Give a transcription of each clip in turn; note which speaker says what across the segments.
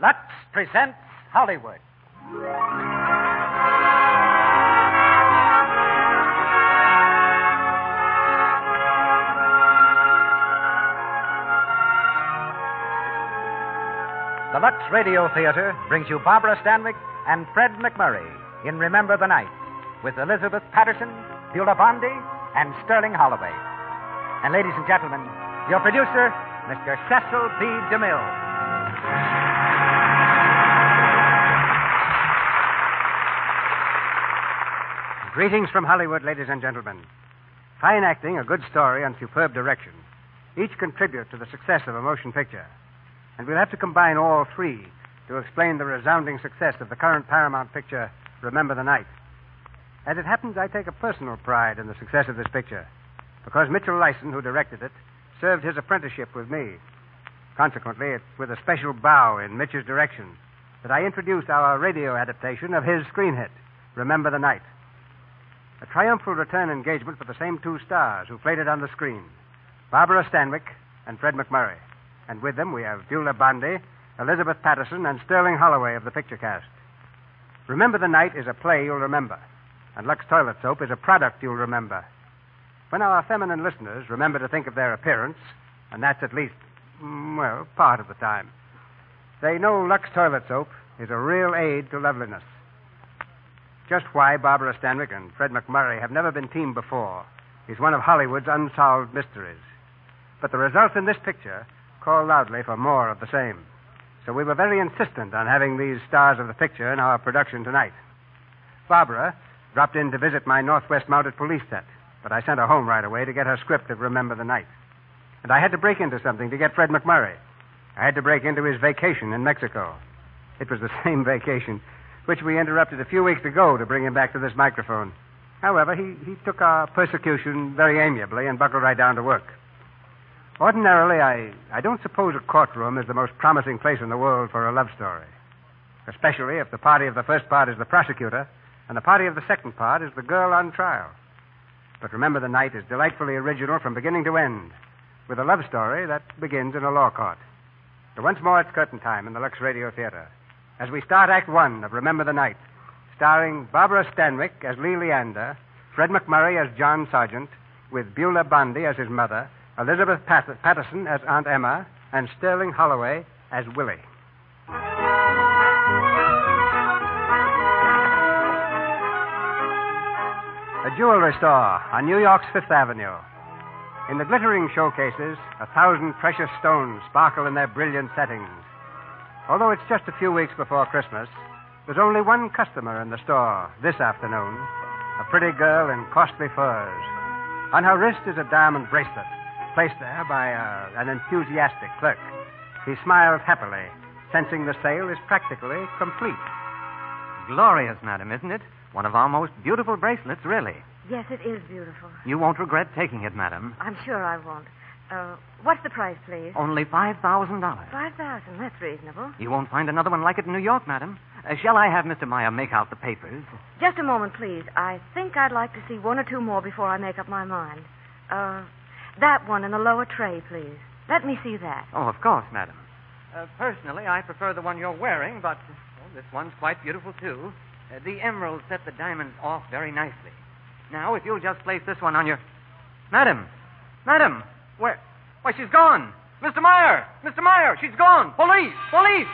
Speaker 1: Lux presents Hollywood. The Lux Radio Theater brings you Barbara Stanwyck and Fred McMurray in Remember the Night with Elizabeth Patterson, Beulah Bondi, and Sterling Holloway. And ladies and gentlemen, your producer, Mr. Cecil B. DeMille.
Speaker 2: Greetings from Hollywood, ladies and gentlemen. Fine acting, a good story, and superb direction each contribute to the success of a motion picture. And we'll have to combine all three to explain the resounding success of the current Paramount picture, Remember the Night. As it happens, I take a personal pride in the success of this picture because Mitchell Lyson, who directed it, served his apprenticeship with me. Consequently, it's with a special bow in Mitch's direction that I introduce our radio adaptation of his screen hit, Remember the Night. A triumphal return engagement for the same two stars who played it on the screen Barbara Stanwyck and Fred McMurray. And with them we have Beulah Bondi, Elizabeth Patterson, and Sterling Holloway of the picture cast. Remember the Night is a play you'll remember, and Lux Toilet Soap is a product you'll remember. When our feminine listeners remember to think of their appearance, and that's at least, mm, well, part of the time, they know Lux Toilet Soap is a real aid to loveliness. Just why Barbara Stanwyck and Fred McMurray have never been teamed before is one of Hollywood's unsolved mysteries. But the results in this picture call loudly for more of the same. So we were very insistent on having these stars of the picture in our production tonight. Barbara dropped in to visit my Northwest Mounted Police set, but I sent her home right away to get her script of Remember the Night. And I had to break into something to get Fred McMurray. I had to break into his vacation in Mexico. It was the same vacation which we interrupted a few weeks ago to bring him back to this microphone. However, he, he took our persecution very amiably and buckled right down to work. Ordinarily, I, I don't suppose a courtroom is the most promising place in the world for a love story, especially if the party of the first part is the prosecutor and the party of the second part is the girl on trial. But remember, the night is delightfully original from beginning to end, with a love story that begins in a law court. So once more, it's curtain time in the Lux Radio Theater as we start Act One of Remember the Night, starring Barbara Stanwyck as Lee Leander, Fred McMurray as John Sargent, with Beulah Bondi as his mother, Elizabeth Pat- Patterson as Aunt Emma, and Sterling Holloway as Willie. A jewelry store on New York's Fifth Avenue. In the glittering showcases, a thousand precious stones sparkle in their brilliant settings. Although it's just a few weeks before Christmas, there's only one customer in the store this afternoon a pretty girl in costly furs. On her wrist is a diamond bracelet placed there by uh, an enthusiastic clerk. He smiles happily, sensing the sale is practically complete.
Speaker 3: Glorious, madam, isn't it? One of our most beautiful bracelets, really.
Speaker 4: Yes, it is beautiful.
Speaker 3: You won't regret taking it, madam.
Speaker 4: I'm sure I won't. Uh, what's the price, please?
Speaker 3: Only $5,000.
Speaker 4: Five thousand. That's reasonable.
Speaker 3: You won't find another one like it in New York, madam. Uh, shall I have Mr. Meyer make out the papers?
Speaker 4: Just a moment, please. I think I'd like to see one or two more before I make up my mind. Uh, that one in the lower tray, please. Let me see that.
Speaker 3: Oh, of course, madam. Uh, personally, I prefer the one you're wearing, but well, this one's quite beautiful, too. Uh, the emeralds set the diamonds off very nicely. Now, if you'll just place this one on your. Madam! Madam! Where? Why, she's gone! Mr. Meyer! Mr. Meyer! She's gone! Police! Police!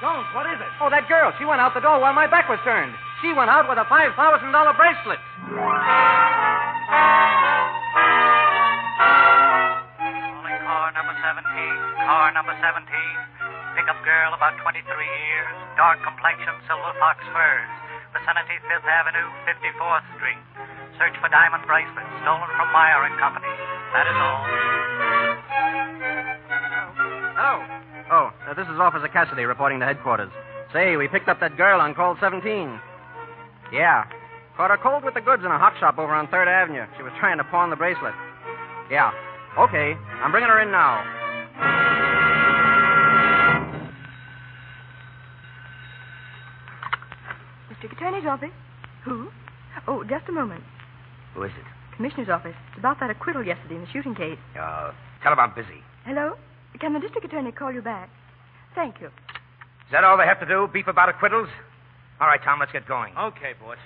Speaker 3: Jones, what is it? Oh, that girl. She went out the door while my back was turned. She went out with a $5,000 bracelet.
Speaker 5: Calling car number 17, car number 17. Pickup girl about 23 years, dark complexion, silver fox furs. Vicinity 5th Avenue, 54th Street. Search for diamond bracelet stolen from Meyer and Company. That is all.
Speaker 3: Hello. Oh, uh,
Speaker 6: Uh, this is Officer Cassidy reporting to headquarters. Say, we picked up that girl on call 17. Yeah. Caught her cold with the goods in a hot shop over on 3rd Avenue. She was trying to pawn the bracelet. Yeah. Okay. I'm bringing her in now.
Speaker 7: District Attorney's office. Who? Oh, just a moment.
Speaker 8: Who is it?
Speaker 7: Commissioner's office. It's about that acquittal yesterday in the shooting case.
Speaker 8: Uh, tell him I'm busy.
Speaker 7: Hello? Can the district attorney call you back? Thank you.
Speaker 8: Is that all they have to do? Beef about acquittals? All right, Tom, let's get going.
Speaker 9: Okay, boss.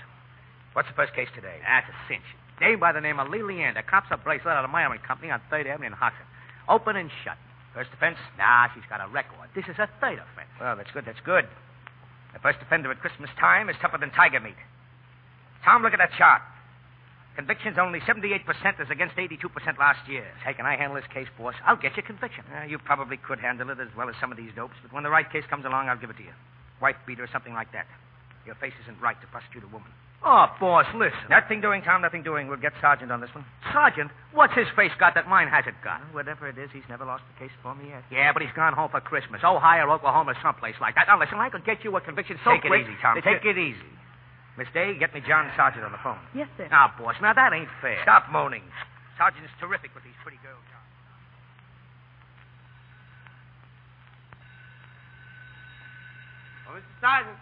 Speaker 8: What's the first case today?
Speaker 9: That's a cinch. Day by the name of Lelian, that cops a bracelet out of Myron Company on 3rd Avenue in Hoxton. Open and shut.
Speaker 8: First offense?
Speaker 9: Nah, she's got a record. This is her third offense.
Speaker 8: Well, that's good, that's good. The first offender at Christmas time is tougher than tiger meat. Tom, look at that chart. Conviction's only 78% as against 82% last year.
Speaker 9: Say, can I handle this case, boss? I'll get your conviction.
Speaker 8: Uh, you probably could handle it as well as some of these dopes, but when the right case comes along, I'll give it to you. Wife beater or something like that. Your face isn't right to prosecute a woman.
Speaker 9: Oh, boss, listen.
Speaker 8: Nothing doing, Tom, nothing doing. We'll get Sergeant on this one.
Speaker 9: Sergeant, what's his face got that mine hasn't got?
Speaker 8: Well, whatever it is, he's never lost the case for me yet.
Speaker 9: Yeah, but he's gone home for Christmas. Ohio, Oklahoma, someplace like that. Now, listen, I could get you a conviction so
Speaker 8: Take
Speaker 9: quick
Speaker 8: it easy, Tom.
Speaker 9: that
Speaker 8: Take
Speaker 9: you-
Speaker 8: it easy. Miss Day, get me John Sergeant on the phone.
Speaker 7: Yes, sir.
Speaker 9: Now, boss, now that ain't fair.
Speaker 8: Stop moaning. Sergeant's terrific with these pretty girls, Tom.
Speaker 10: Well, Mr. Oh, Sergeant.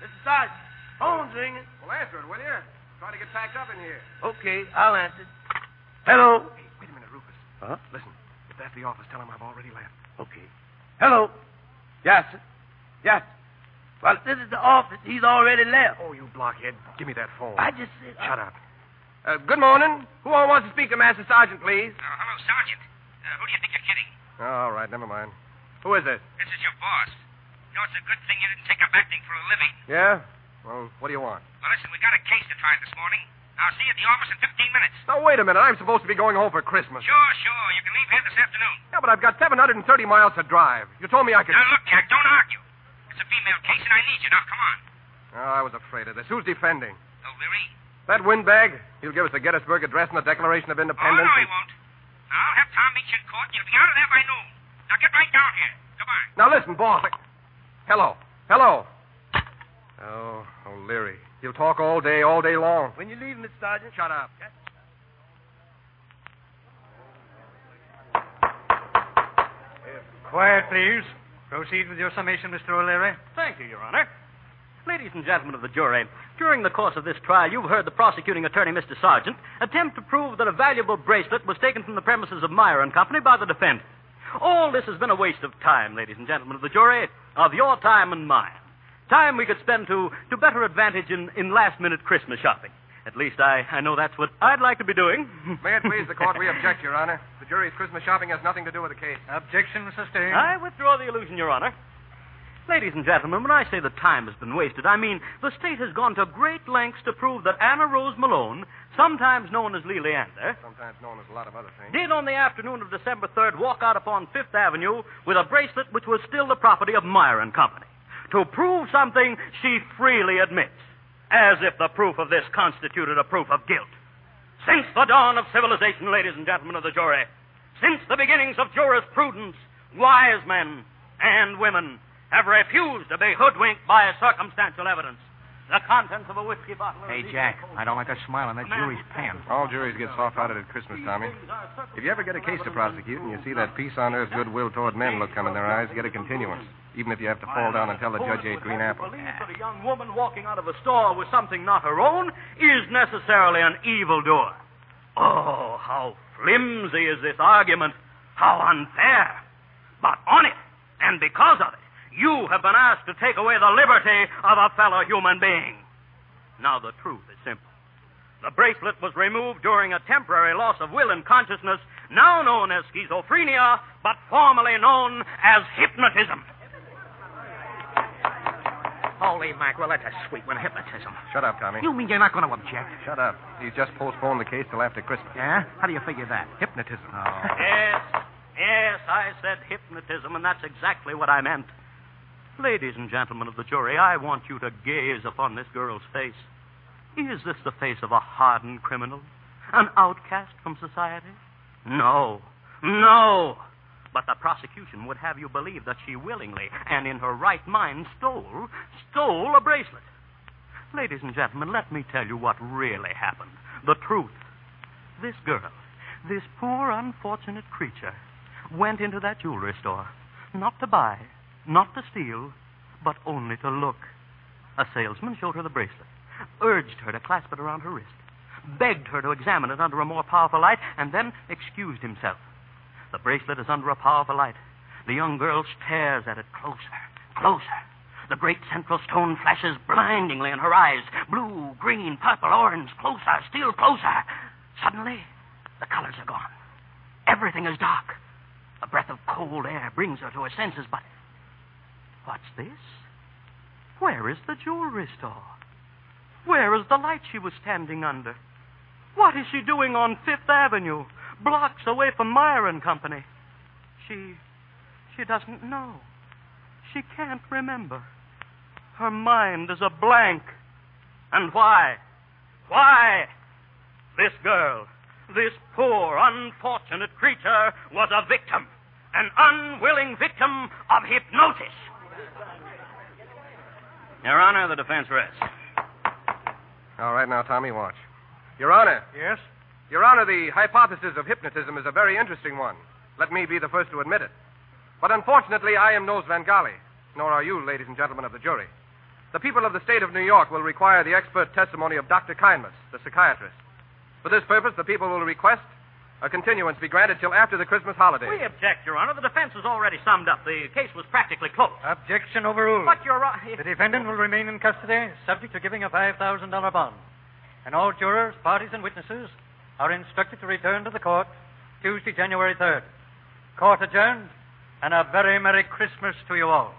Speaker 10: Mr. Sergeant. Phone's ringing.
Speaker 11: Well, answer it, will you? I'm trying to get packed up in here.
Speaker 10: Okay, I'll answer. Oh.
Speaker 11: Hello. Hey, wait a minute, Rufus.
Speaker 10: Huh?
Speaker 11: Uh-huh. Listen, if that's the office, tell him I've already left.
Speaker 10: Okay. Hello. Yes, sir. Yes. Well, this is the office. He's already left.
Speaker 11: Oh, you blockhead. Give me that phone.
Speaker 10: I just said.
Speaker 11: Shut up. Uh, good morning. Who all wants to speak to Master Sergeant, please?
Speaker 10: hello, Sergeant. Uh, who do you think you're kidding?
Speaker 11: Oh, all right, never mind. Who is this?
Speaker 10: This is your boss. You know, it's a good thing you didn't take up acting for a living.
Speaker 11: Yeah? Well, what do you want?
Speaker 10: Well, listen, we got a case to try this morning. I'll see you at the office in 15 minutes.
Speaker 11: Now, wait a minute. I'm supposed to be going home for Christmas.
Speaker 10: Sure, sure. You can leave here this afternoon.
Speaker 11: Yeah, but I've got 730 miles to drive. You told me I could.
Speaker 10: Now, look, Jack, don't argue. It's a female case, and I need you. Now, come on.
Speaker 11: Oh, I was afraid of this. Who's defending?
Speaker 10: O'Leary?
Speaker 11: That windbag? He'll give us the Gettysburg Address and the Declaration of
Speaker 10: Oh,
Speaker 11: Independence.
Speaker 10: no, he won't. I'll have Tom meet you in court, and you'll be out of there by noon. Now, get right down here. Goodbye.
Speaker 11: Now listen, boss. I- Hello. Hello. Oh, O'Leary. He'll talk all day, all day long.
Speaker 10: When you leave, Miss Sergeant. Shut up.
Speaker 3: Quiet, please. Proceed with your summation, Mr. O'Leary.
Speaker 6: Thank you, Your Honor. Ladies and gentlemen of the jury, during the course of this trial, you've heard the prosecuting attorney, Mr. Sargent, attempt to prove that a valuable bracelet was taken from the premises of Meyer and Company by the defendant. All this has been a waste of time, ladies and gentlemen of the jury, of your time and mine. Time we could spend to, to better advantage in, in last minute Christmas shopping. At least I, I know that's what I'd like to be doing.
Speaker 11: May it please the court, we object, Your Honor. The jury's Christmas shopping has nothing to do with the case.
Speaker 3: Objection sustained.
Speaker 6: I withdraw the illusion, Your Honor. Ladies and gentlemen, when I say the time has been wasted, I mean the state has gone to great lengths to prove that Anna Rose Malone, sometimes known as Leander,
Speaker 11: Sometimes known as a lot of other things.
Speaker 6: did on the afternoon of December 3rd walk out upon Fifth Avenue with a bracelet which was still the property of Meyer and Company. To prove something she freely admits, as if the proof of this constituted a proof of guilt. Since the dawn of civilization, ladies and gentlemen of the jury, since the beginnings of jurisprudence, wise men and women have refused to be hoodwinked by circumstantial evidence. The contents of a whiskey bottle. or a
Speaker 9: Hey,
Speaker 6: deep
Speaker 9: Jack,
Speaker 6: coat.
Speaker 9: I don't like that smile on that jury's pan.
Speaker 11: All juries get soft-hearted at Christmas, Tommy. If you ever get a case to prosecute and you see that peace on earth, goodwill toward men look come in their eyes, get a continuance. Even if you have to fall down and tell the judge you ate green apple.
Speaker 6: Believe that a young woman walking out of a store with something not her own is necessarily an evildoer. Oh, how flimsy is this argument. How unfair. But on it, and because of it, you have been asked to take away the liberty of a fellow human being. Now, the truth is simple. The bracelet was removed during a temporary loss of will and consciousness, now known as schizophrenia, but formerly known as hypnotism.
Speaker 9: Holy mackerel, that's a sweet one. Hypnotism.
Speaker 11: Shut up, Tommy.
Speaker 9: You mean you're not going to object?
Speaker 11: Shut up. He's just postponed the case till after Christmas. Oh.
Speaker 9: Yeah? How do you figure that?
Speaker 11: Hypnotism.
Speaker 6: Yes, yes, I said hypnotism, and that's exactly what I meant. Ladies and gentlemen of the jury, I want you to gaze upon this girl's face. Is this the face of a hardened criminal? An outcast from society? No, no. But the prosecution would have you believe that she willingly and in her right mind stole, stole a bracelet. Ladies and gentlemen, let me tell you what really happened. The truth. This girl, this poor unfortunate creature, went into that jewelry store not to buy, not to steal, but only to look. A salesman showed her the bracelet, urged her to clasp it around her wrist, begged her to examine it under a more powerful light, and then excused himself. The bracelet is under a powerful light. The young girl stares at it closer, closer. The great central stone flashes blindingly in her eyes blue, green, purple, orange, closer, still closer. Suddenly, the colors are gone. Everything is dark. A breath of cold air brings her to her senses, but what's this? Where is the jewelry store? Where is the light she was standing under? What is she doing on Fifth Avenue, blocks away from Meyer and Company? She. she doesn't know. She can't remember. Her mind is a blank. And why? Why? This girl, this poor, unfortunate creature, was a victim, an unwilling victim of hypnosis. Your Honor, the defense rests.
Speaker 11: All right, now, Tommy, watch. Your Honor.
Speaker 12: Yes?
Speaker 11: Your Honor, the hypothesis of hypnotism is a very interesting one. Let me be the first to admit it. But unfortunately, I am no Zvangali, nor are you, ladies and gentlemen of the jury. The people of the state of New York will require the expert testimony of Dr. Kindness, the psychiatrist. For this purpose, the people will request a continuance be granted till after the Christmas holidays.
Speaker 6: We object, Your Honor. The defense is already summed up. The case was practically closed.
Speaker 12: Objection overruled.
Speaker 6: But, Your Honor.
Speaker 12: The defendant will remain in custody, subject to giving a $5,000 bond. And all jurors, parties, and witnesses are instructed to return to the court Tuesday, January 3rd. Court adjourned, and a very Merry Christmas to you all.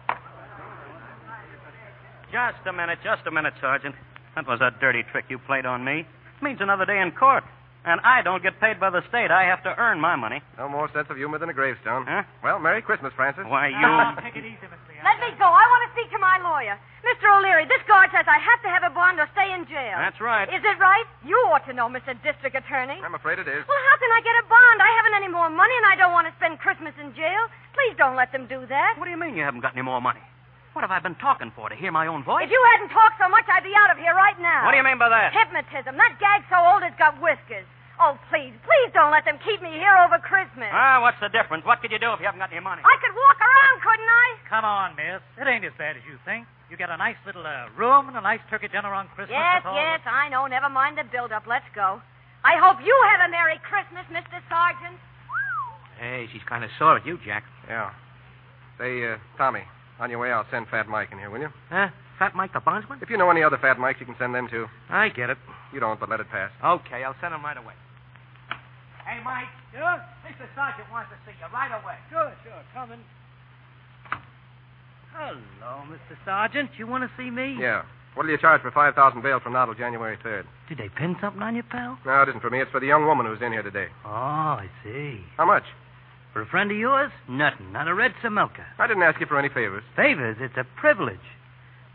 Speaker 6: Just a minute, just a minute, Sergeant. That was a dirty trick you played on me. It means another day in court. And I don't get paid by the state. I have to earn my money.
Speaker 11: No more sense of humor than a gravestone. Huh? Well, Merry Christmas, Francis.
Speaker 6: Why,
Speaker 11: you.
Speaker 4: take it easy, Miss Let me go. I want to speak to my lawyer. Mr. O'Leary, this guard says I have to have a bond or stay in jail.
Speaker 11: That's right.
Speaker 4: Is it right? You ought to know, Mr. District Attorney.
Speaker 11: I'm afraid it is.
Speaker 4: Well, how can I get a bond? I haven't any more money, and I don't want to spend Christmas in jail. Please don't let them do that.
Speaker 6: What do you mean you haven't got any more money? What have I been talking for? To hear my own voice?
Speaker 4: If you hadn't talked so much, I'd be out of here right now.
Speaker 6: What do you mean by that?
Speaker 4: Hypnotism. That gag's so old it's got whiskers. Oh, please, please don't let them keep me here over Christmas.
Speaker 6: Ah, what's the difference? What could you do if you haven't got any money?
Speaker 4: I could walk around, couldn't I?
Speaker 5: Come on, miss. It ain't as bad as you think. You get a nice little uh, room and a nice turkey dinner on Christmas.
Speaker 4: Yes,
Speaker 5: with all
Speaker 11: Uh-huh.
Speaker 4: yes,
Speaker 5: the-
Speaker 4: I know. Never mind the build-up. Let's go. I hope you have a Merry Christmas, Mr. Sergeant.
Speaker 13: Hey, she's kind of sore at you, Jack.
Speaker 11: Yeah. Say, uh, Tommy, on your way out, send Fat Mike in here, will you?
Speaker 13: Huh? Fat Mike the bondsman?
Speaker 11: If you know any other Fat Mikes, you can send them too.
Speaker 13: I get it.
Speaker 11: You don't, but let it pass.
Speaker 13: Okay, I'll send him right away.
Speaker 8: Hey, Mike. Sure? Mr. Sergeant wants to see you right away. Sure, sure. Coming.
Speaker 5: Hello, Mr. Sergeant. You want to see me?
Speaker 11: Yeah. What'll you charge for 5000 bail from now till January 3rd?
Speaker 5: Did they pin something on you, pal?
Speaker 11: No, it isn't for me. It's for the young woman who's in here today.
Speaker 5: Oh, I see.
Speaker 11: How much?
Speaker 5: For a friend of yours? Nothing. Not a red Samilka.
Speaker 11: I didn't ask you for any favors.
Speaker 5: Favors? It's a privilege.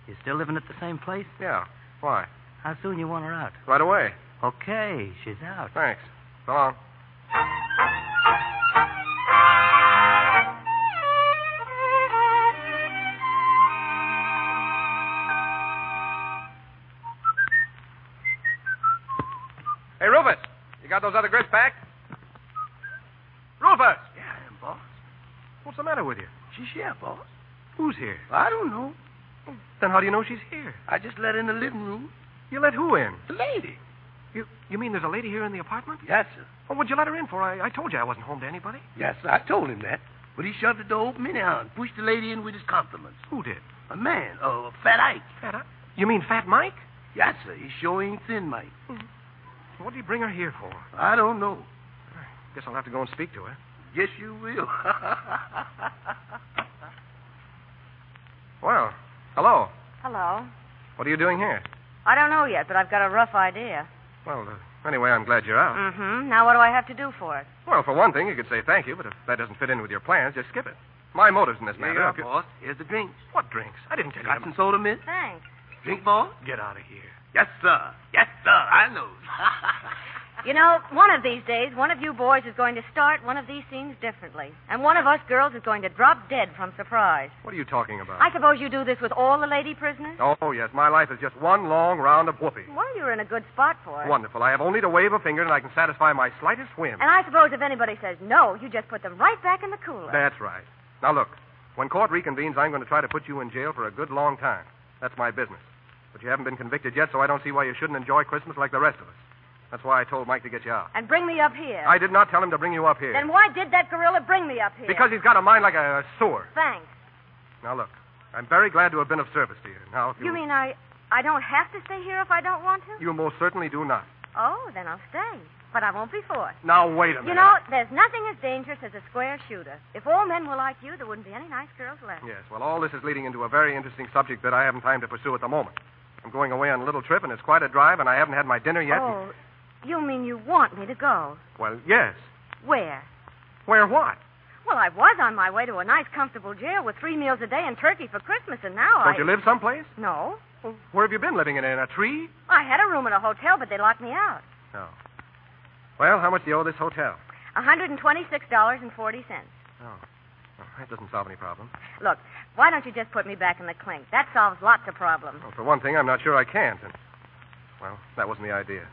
Speaker 5: You still living at the same place?
Speaker 11: Yeah. Why?
Speaker 5: How soon you want her out?
Speaker 11: Right away.
Speaker 5: Okay, she's out.
Speaker 11: Thanks. So long. Hey, Rufus, you got those other grits packed? Rufus!
Speaker 14: Yeah, boss.
Speaker 11: What's the matter with you?
Speaker 14: She's here, boss.
Speaker 11: Who's here?
Speaker 14: I don't know.
Speaker 11: Then how do you know she's here?
Speaker 14: I just let her in the living room.
Speaker 11: You let who in?
Speaker 14: The lady.
Speaker 11: You you mean there's a lady here in the apartment?
Speaker 14: Yes, sir.
Speaker 11: Well, what'd you let her in for? I, I told you I wasn't home to anybody.
Speaker 14: Yes, sir. I told him that. But he shoved the door open anyhow and pushed the lady in with his compliments.
Speaker 11: Who did?
Speaker 14: A man, oh, Fat Ike.
Speaker 11: Fat Ike? You mean Fat Mike?
Speaker 14: Yes, sir. He sure ain't thin, Mike.
Speaker 11: What did Hmm. he bring her here for?
Speaker 14: I don't know.
Speaker 11: Guess I'll have to go and speak to her.
Speaker 14: Guess you will.
Speaker 11: Well, hello.
Speaker 15: Hello.
Speaker 11: What are you doing here?
Speaker 15: I don't know yet, but I've got a rough idea.
Speaker 11: Well, uh, anyway, I'm glad you're out.
Speaker 15: Mm-hmm. Now what do I have to do for it?
Speaker 11: Well, for one thing, you could say thank you, but if that doesn't fit in with your plans, just skip it. My motives in this
Speaker 14: Here
Speaker 11: matter.
Speaker 14: you are,
Speaker 11: are good-
Speaker 14: boss. Here's the drinks.
Speaker 11: What drinks? I didn't take
Speaker 14: Got
Speaker 11: them.
Speaker 14: some soda, miss?
Speaker 15: Thanks.
Speaker 14: Drink, boss?
Speaker 11: Get out of here.
Speaker 14: Yes, sir. Yes, sir. I know.
Speaker 4: You know, one of these days, one of you boys is going to start one of these scenes differently. And one of us girls is going to drop dead from surprise.
Speaker 11: What are you talking about?
Speaker 4: I suppose you do this with all the lady prisoners?
Speaker 11: Oh, yes, my life is just one long round of whoopee.
Speaker 4: Well, you're in a good spot for it.
Speaker 11: Wonderful. I have only to wave a finger and I can satisfy my slightest whim.
Speaker 4: And I suppose if anybody says no, you just put them right back in the cooler.
Speaker 11: That's right. Now, look, when court reconvenes, I'm going to try to put you in jail for a good long time. That's my business. But you haven't been convicted yet, so I don't see why you shouldn't enjoy Christmas like the rest of us. That's why I told Mike to get you out.
Speaker 4: And bring me up here.
Speaker 11: I did not tell him to bring you up here.
Speaker 4: Then why did that gorilla bring me up here?
Speaker 11: Because he's got a mind like a sewer.
Speaker 4: Thanks.
Speaker 11: Now, look, I'm very glad to have been of service to you. Now, if you...
Speaker 4: You mean I I don't have to stay here if I don't want to?
Speaker 11: You most certainly do not.
Speaker 4: Oh, then I'll stay. But I won't be forced.
Speaker 11: Now, wait a minute.
Speaker 4: You know, there's nothing as dangerous as a square shooter. If all men were like you, there wouldn't be any nice girls left.
Speaker 11: Yes, well, all this is leading into a very interesting subject that I haven't time to pursue at the moment. I'm going away on a little trip, and it's quite a drive, and I haven't had my dinner yet. and-
Speaker 4: Oh, you mean you want me to go?
Speaker 11: Well, yes.
Speaker 4: Where?
Speaker 11: Where what?
Speaker 4: Well, I was on my way to a nice, comfortable jail with three meals a day and turkey for Christmas, and now Oh, I.
Speaker 11: Don't you live someplace?
Speaker 4: No.
Speaker 11: Well, where have you been living? In, in a tree?
Speaker 4: I had a room at a hotel, but they locked me out.
Speaker 11: No. Well, how much do you owe this hotel?
Speaker 4: A $126.40.
Speaker 11: Oh. Well, that doesn't solve any problem.
Speaker 4: Look, why don't you just put me back in the clink? That solves lots of problems.
Speaker 11: Well, for one thing, I'm not sure I can't. And, well, that wasn't the idea.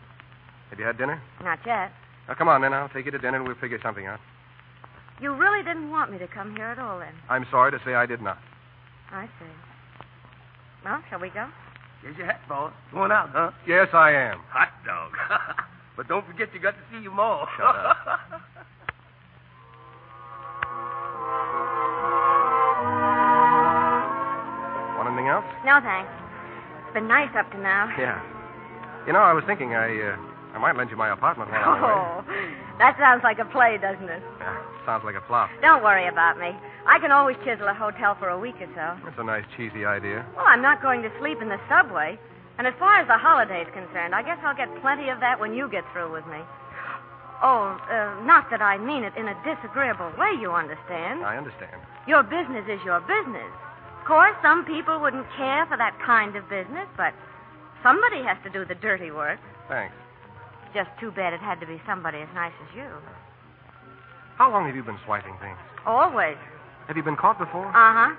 Speaker 11: Have you had dinner?
Speaker 4: Not yet.
Speaker 11: Now, come on, then. I'll take you to dinner, and we'll figure something out.
Speaker 4: You really didn't want me to come here at all, then.
Speaker 11: I'm sorry to say I did not.
Speaker 4: I see. Well, shall we go?
Speaker 10: Here's your hat, boss. Going out, huh?
Speaker 11: Yes, I am.
Speaker 10: Hot dog. but don't forget you got to see your ma.
Speaker 11: Shut up. Want anything else?
Speaker 4: No, thanks. It's been nice up to now.
Speaker 11: Yeah. You know, I was thinking I uh, I might lend you my apartment while I'm away.
Speaker 4: Oh, that sounds like a play, doesn't it?
Speaker 11: Yeah, sounds like a flop.
Speaker 4: Don't worry about me. I can always chisel a hotel for a week or so.
Speaker 11: That's a nice cheesy idea.
Speaker 4: Well, I'm not going to sleep in the subway. And as far as the holiday's concerned, I guess I'll get plenty of that when you get through with me. Oh, uh, not that I mean it in a disagreeable way, you understand.
Speaker 11: I understand.
Speaker 4: Your business is your business. Of course, some people wouldn't care for that kind of business, but somebody has to do the dirty work.
Speaker 11: Thanks.
Speaker 4: Just too bad it had to be somebody as nice as you.
Speaker 11: How long have you been swiping things?
Speaker 4: Always.
Speaker 11: Have you been caught before?
Speaker 4: Uh huh.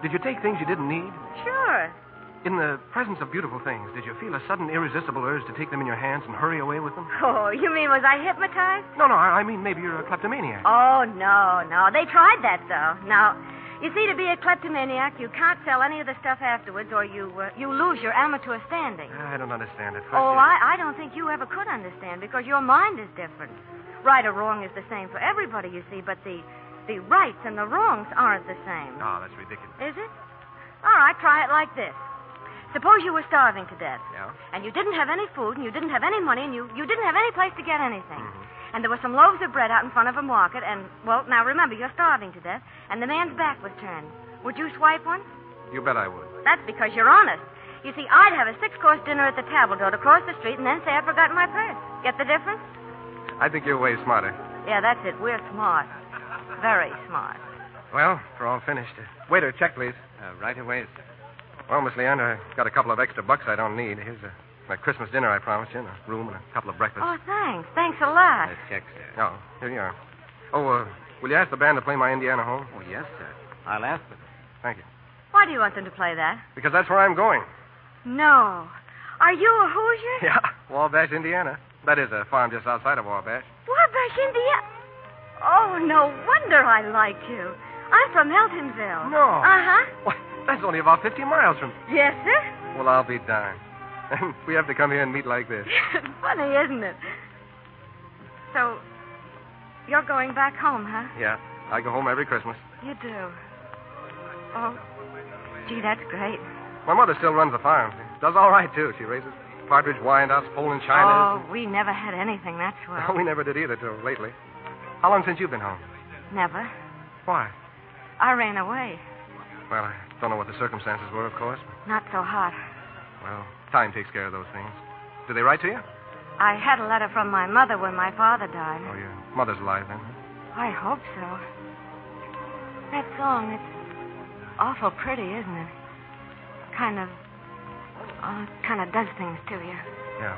Speaker 11: Did you take things you didn't need?
Speaker 4: Sure.
Speaker 11: In the presence of beautiful things, did you feel a sudden irresistible urge to take them in your hands and hurry away with them?
Speaker 4: Oh, you mean was I hypnotized?
Speaker 11: No, no, I, I mean maybe you're a kleptomaniac.
Speaker 4: Oh, no, no. They tried that, though. Now, you see, to be a kleptomaniac, you can't sell any of the stuff afterwards, or you uh, you lose your amateur standing.
Speaker 11: I don't understand it. First
Speaker 4: Oh,
Speaker 11: you-
Speaker 4: I, I don't think you ever could understand because your mind is different. Right or wrong is the same for everybody, you see, but the the rights and the wrongs aren't the same.
Speaker 11: Oh, that's ridiculous.
Speaker 4: Is it? All right, try it like this. Suppose you were starving to death,
Speaker 11: Yeah?
Speaker 4: and you didn't have any food, and you didn't have any money, and you, you didn't have any place to get anything.
Speaker 11: Mm-hmm.
Speaker 4: And there were some loaves of bread out in front of a market, and, well, now remember, you're starving to death, and the man's back was turned. Would you swipe one?
Speaker 11: You bet I would.
Speaker 4: That's because you're honest. You see, I'd have a six course dinner at the table d'hote across the street and then say I forgot my purse. Get the difference?
Speaker 11: I think you're way smarter.
Speaker 4: Yeah, that's it. We're smart. Very smart.
Speaker 11: Well, we're all finished. Uh, waiter, check, please. Uh, right away, sir. Well, Miss Leander, I've got a couple of extra bucks I don't need. Here's a, my Christmas dinner I promised you, and a room and a couple of breakfasts.
Speaker 4: Oh, thanks. Thanks a lot.
Speaker 11: check, sir. Oh, here you are. Oh, uh, will you ask the band to play my Indiana home? Oh, yes, sir. I'll ask them. Thank you.
Speaker 4: Why do you want them to play that?
Speaker 11: Because that's where I'm going.
Speaker 4: No. Are you a Hoosier?
Speaker 11: Yeah, Wabash, Indiana. That is a farm just outside of Wabash.
Speaker 4: Wabash, Indiana. Oh, no wonder I like you. I'm from Eltonville.
Speaker 11: No.
Speaker 4: Uh huh.
Speaker 11: Why, that's only about 50 miles from.
Speaker 4: Yes, sir.
Speaker 11: Well, I'll be darned. we have to come here and meet like this.
Speaker 4: Funny, isn't it? So, you're going back home, huh?
Speaker 11: Yeah, I go home every Christmas.
Speaker 4: You do. Oh, gee, that's great.
Speaker 11: My mother still runs the farm. Does all right, too. She raises partridge, Wyandottes, Poland, China.
Speaker 4: Oh, we never had anything, that's well.
Speaker 11: we never did either till lately. How long since you've been home?
Speaker 4: Never.
Speaker 11: Why?
Speaker 4: I ran away.
Speaker 11: Well, I don't know what the circumstances were, of course.
Speaker 4: Not so hot.
Speaker 11: Well, time takes care of those things. Do they write to you?
Speaker 4: I had a letter from my mother when my father died.
Speaker 11: Oh, your mother's alive, then.
Speaker 4: I hope so. That song, it's awful pretty, isn't it? Kind of. Oh, kind of does things to you.
Speaker 11: Yeah.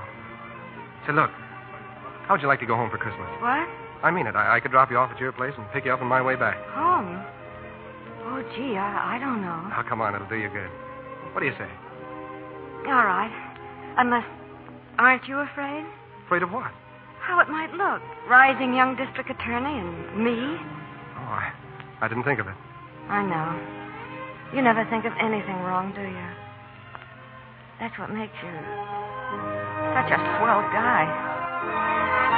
Speaker 11: Say, look. How would you like to go home for Christmas?
Speaker 4: What?
Speaker 11: I mean it. I, I could drop you off at your place and pick you up on my way back.
Speaker 4: Home? Oh, gee, I, I don't know.
Speaker 11: Now, Ah, come on, it'll do you good. What do you say?
Speaker 4: All right. Unless, aren't you afraid?
Speaker 11: Afraid of what?
Speaker 4: How it might look. Rising young district attorney and me?
Speaker 11: Oh, I, I didn't think of it.
Speaker 4: I know. You never think of anything wrong, do you? That's what makes you such a swell guy.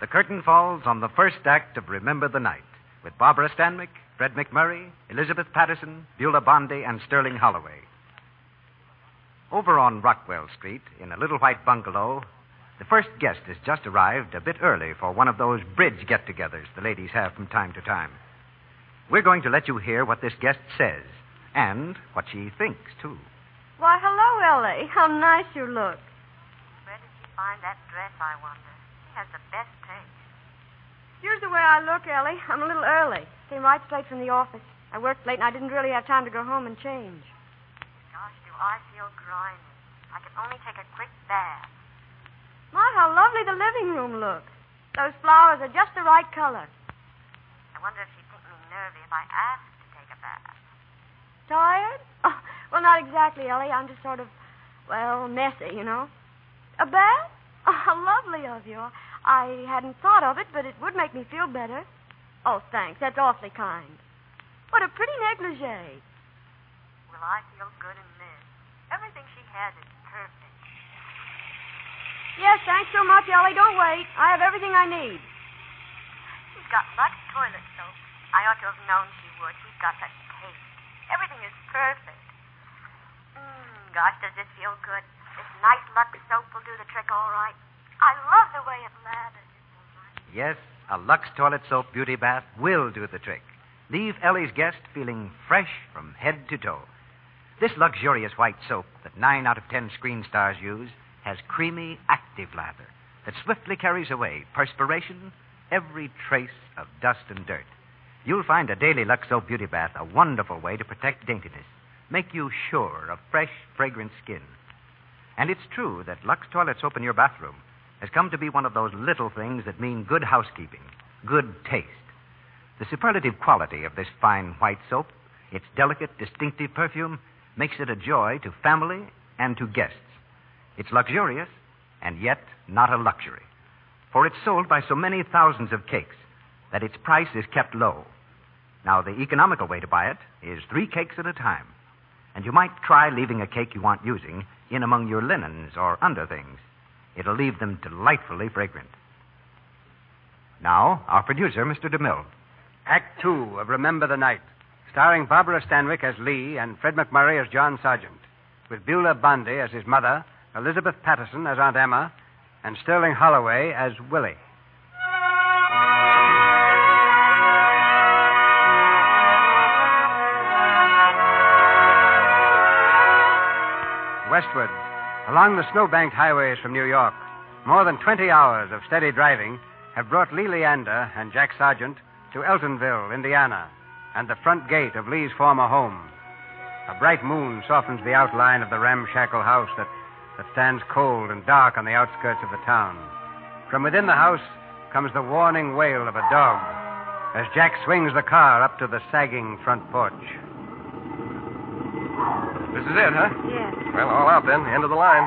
Speaker 1: The curtain falls on the first act of Remember the Night with Barbara Stanwyck, Fred McMurray, Elizabeth Patterson, Beulah Bondi, and Sterling Holloway. Over on Rockwell Street, in a little white bungalow, the first guest has just arrived a bit early for one of those bridge get togethers the ladies have from time to time. We're going to let you hear what this guest says and what she thinks, too.
Speaker 7: Why, hello, Ellie. How nice you look.
Speaker 16: Where did she find that dress, I wonder? She has the best taste.
Speaker 7: Here's the way I look, Ellie. I'm a little early. Came right straight from the office. I worked late and I didn't really have time to go home and change.
Speaker 16: Gosh, do I feel grimy. I could only take a quick bath.
Speaker 7: My, how lovely the living room looks. Those flowers are just the right color.
Speaker 16: I wonder if she'd think me nervy if I asked to take a bath.
Speaker 7: Tired? Oh, well, not exactly, Ellie. I'm just sort of, well, messy, you know. A bath? Oh, how lovely of you. I hadn't thought of it, but it would make me feel better. Oh, thanks. That's awfully kind. What a pretty negligee.
Speaker 16: Will I feel good in this? Everything she has is perfect.
Speaker 7: Yes, thanks so much, Ellie. Don't wait. I have everything I need.
Speaker 16: She's got Lux toilet soap. I ought to have known she would. She's got such taste. Everything is perfect. Mmm, gosh, does this feel good? This nice Lux soap will do the trick all right. I love the way it lathers.
Speaker 1: Yes, a Lux toilet soap beauty bath will do the trick. Leave Ellie's guest feeling fresh from head to toe. This luxurious white soap that nine out of ten screen stars use has creamy, active lather that swiftly carries away perspiration, every trace of dust and dirt. You'll find a daily Lux Soap beauty bath a wonderful way to protect daintiness, make you sure of fresh, fragrant skin. And it's true that Lux toilet soap in your bathroom has come to be one of those little things that mean good housekeeping, good taste. The superlative quality of this fine white soap, its delicate, distinctive perfume, makes it a joy to family and to guests. It's luxurious and yet not a luxury, for it's sold by so many thousands of cakes that its price is kept low. Now, the economical way to buy it is three cakes at a time, and you might try leaving a cake you aren't using in among your linens or underthings. It'll leave them delightfully fragrant. Now, our producer, Mr. DeMille.
Speaker 2: Act two of Remember the Night, starring Barbara Stanwyck as Lee and Fred McMurray as John Sargent, with Beulah Bondi as his mother, Elizabeth Patterson as Aunt Emma, and Sterling Holloway as Willie. Westward, along the snow-banked highways from New York, more than 20 hours of steady driving have brought Lee Leander and Jack Sargent to Eltonville, Indiana, and the front gate of Lee's former home. A bright moon softens the outline of the ramshackle house that, that stands cold and dark on the outskirts of the town. From within the house comes the warning wail of a dog as Jack swings the car up to the sagging front porch.
Speaker 11: This is it, huh?
Speaker 4: Yes.
Speaker 11: Well, all out then. End of the line.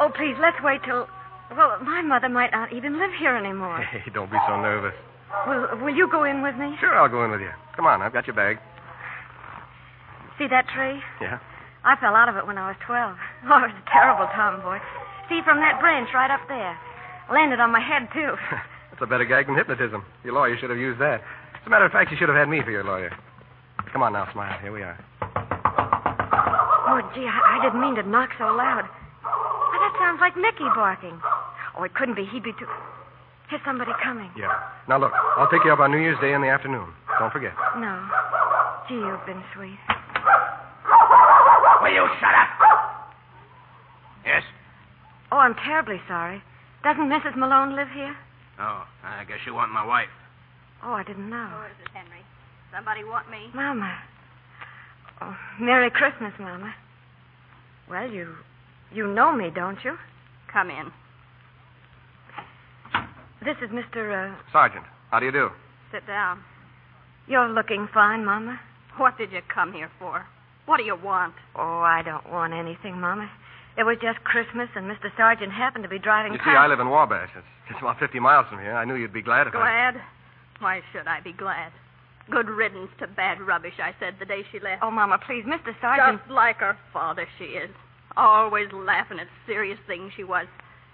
Speaker 4: Oh, please, let's wait till. Well, my mother might not even live here anymore.
Speaker 11: Hey, don't be so nervous.
Speaker 4: Will, will you go in with me?
Speaker 11: Sure, I'll go in with you. Come on, I've got your bag.
Speaker 4: See that tree?
Speaker 11: Yeah?
Speaker 4: I fell out of it when I was 12. Oh, I was a terrible tomboy. See, from that branch right up there. Landed on my head, too.
Speaker 11: That's a better gag than hypnotism. Your lawyer should have used that. As a matter of fact, you should have had me for your lawyer. Come on now, smile. Here we are.
Speaker 4: Oh, gee, I, I didn't mean to knock so loud. Why, that sounds like Mickey barking. Oh, it couldn't be. He'd be too. Here's somebody coming.
Speaker 11: Yeah. Now look, I'll pick you up on New Year's Day in the afternoon. Don't forget.
Speaker 4: No. Gee, you've been sweet.
Speaker 9: Will you shut up? Yes?
Speaker 4: Oh, I'm terribly sorry. Doesn't Mrs. Malone live here?
Speaker 9: Oh, I guess you want my wife.
Speaker 4: Oh, I didn't know.
Speaker 16: Who is it, Henry? Somebody want me?
Speaker 4: Mama. Oh, Merry Christmas, Mama. Well, you you know me, don't you?
Speaker 16: Come in.
Speaker 4: This is Mr. Uh,
Speaker 11: Sergeant, how do you do?
Speaker 16: Sit down.
Speaker 4: you're looking fine, Mama.
Speaker 16: What did you come here for? What do you want?
Speaker 4: Oh, I don't want anything, Mama. It was just Christmas, and Mr. Sargent happened to be driving
Speaker 11: You see, I
Speaker 4: past.
Speaker 11: live in Wabash. It's, it's about 50 miles from here. I knew you'd be glad if I.
Speaker 16: Glad? Why should I be glad? Good riddance to bad rubbish, I said the day she left.
Speaker 4: Oh, Mama, please, Mr. Sargent.
Speaker 16: Just like her father, she is. Always laughing at serious things she was.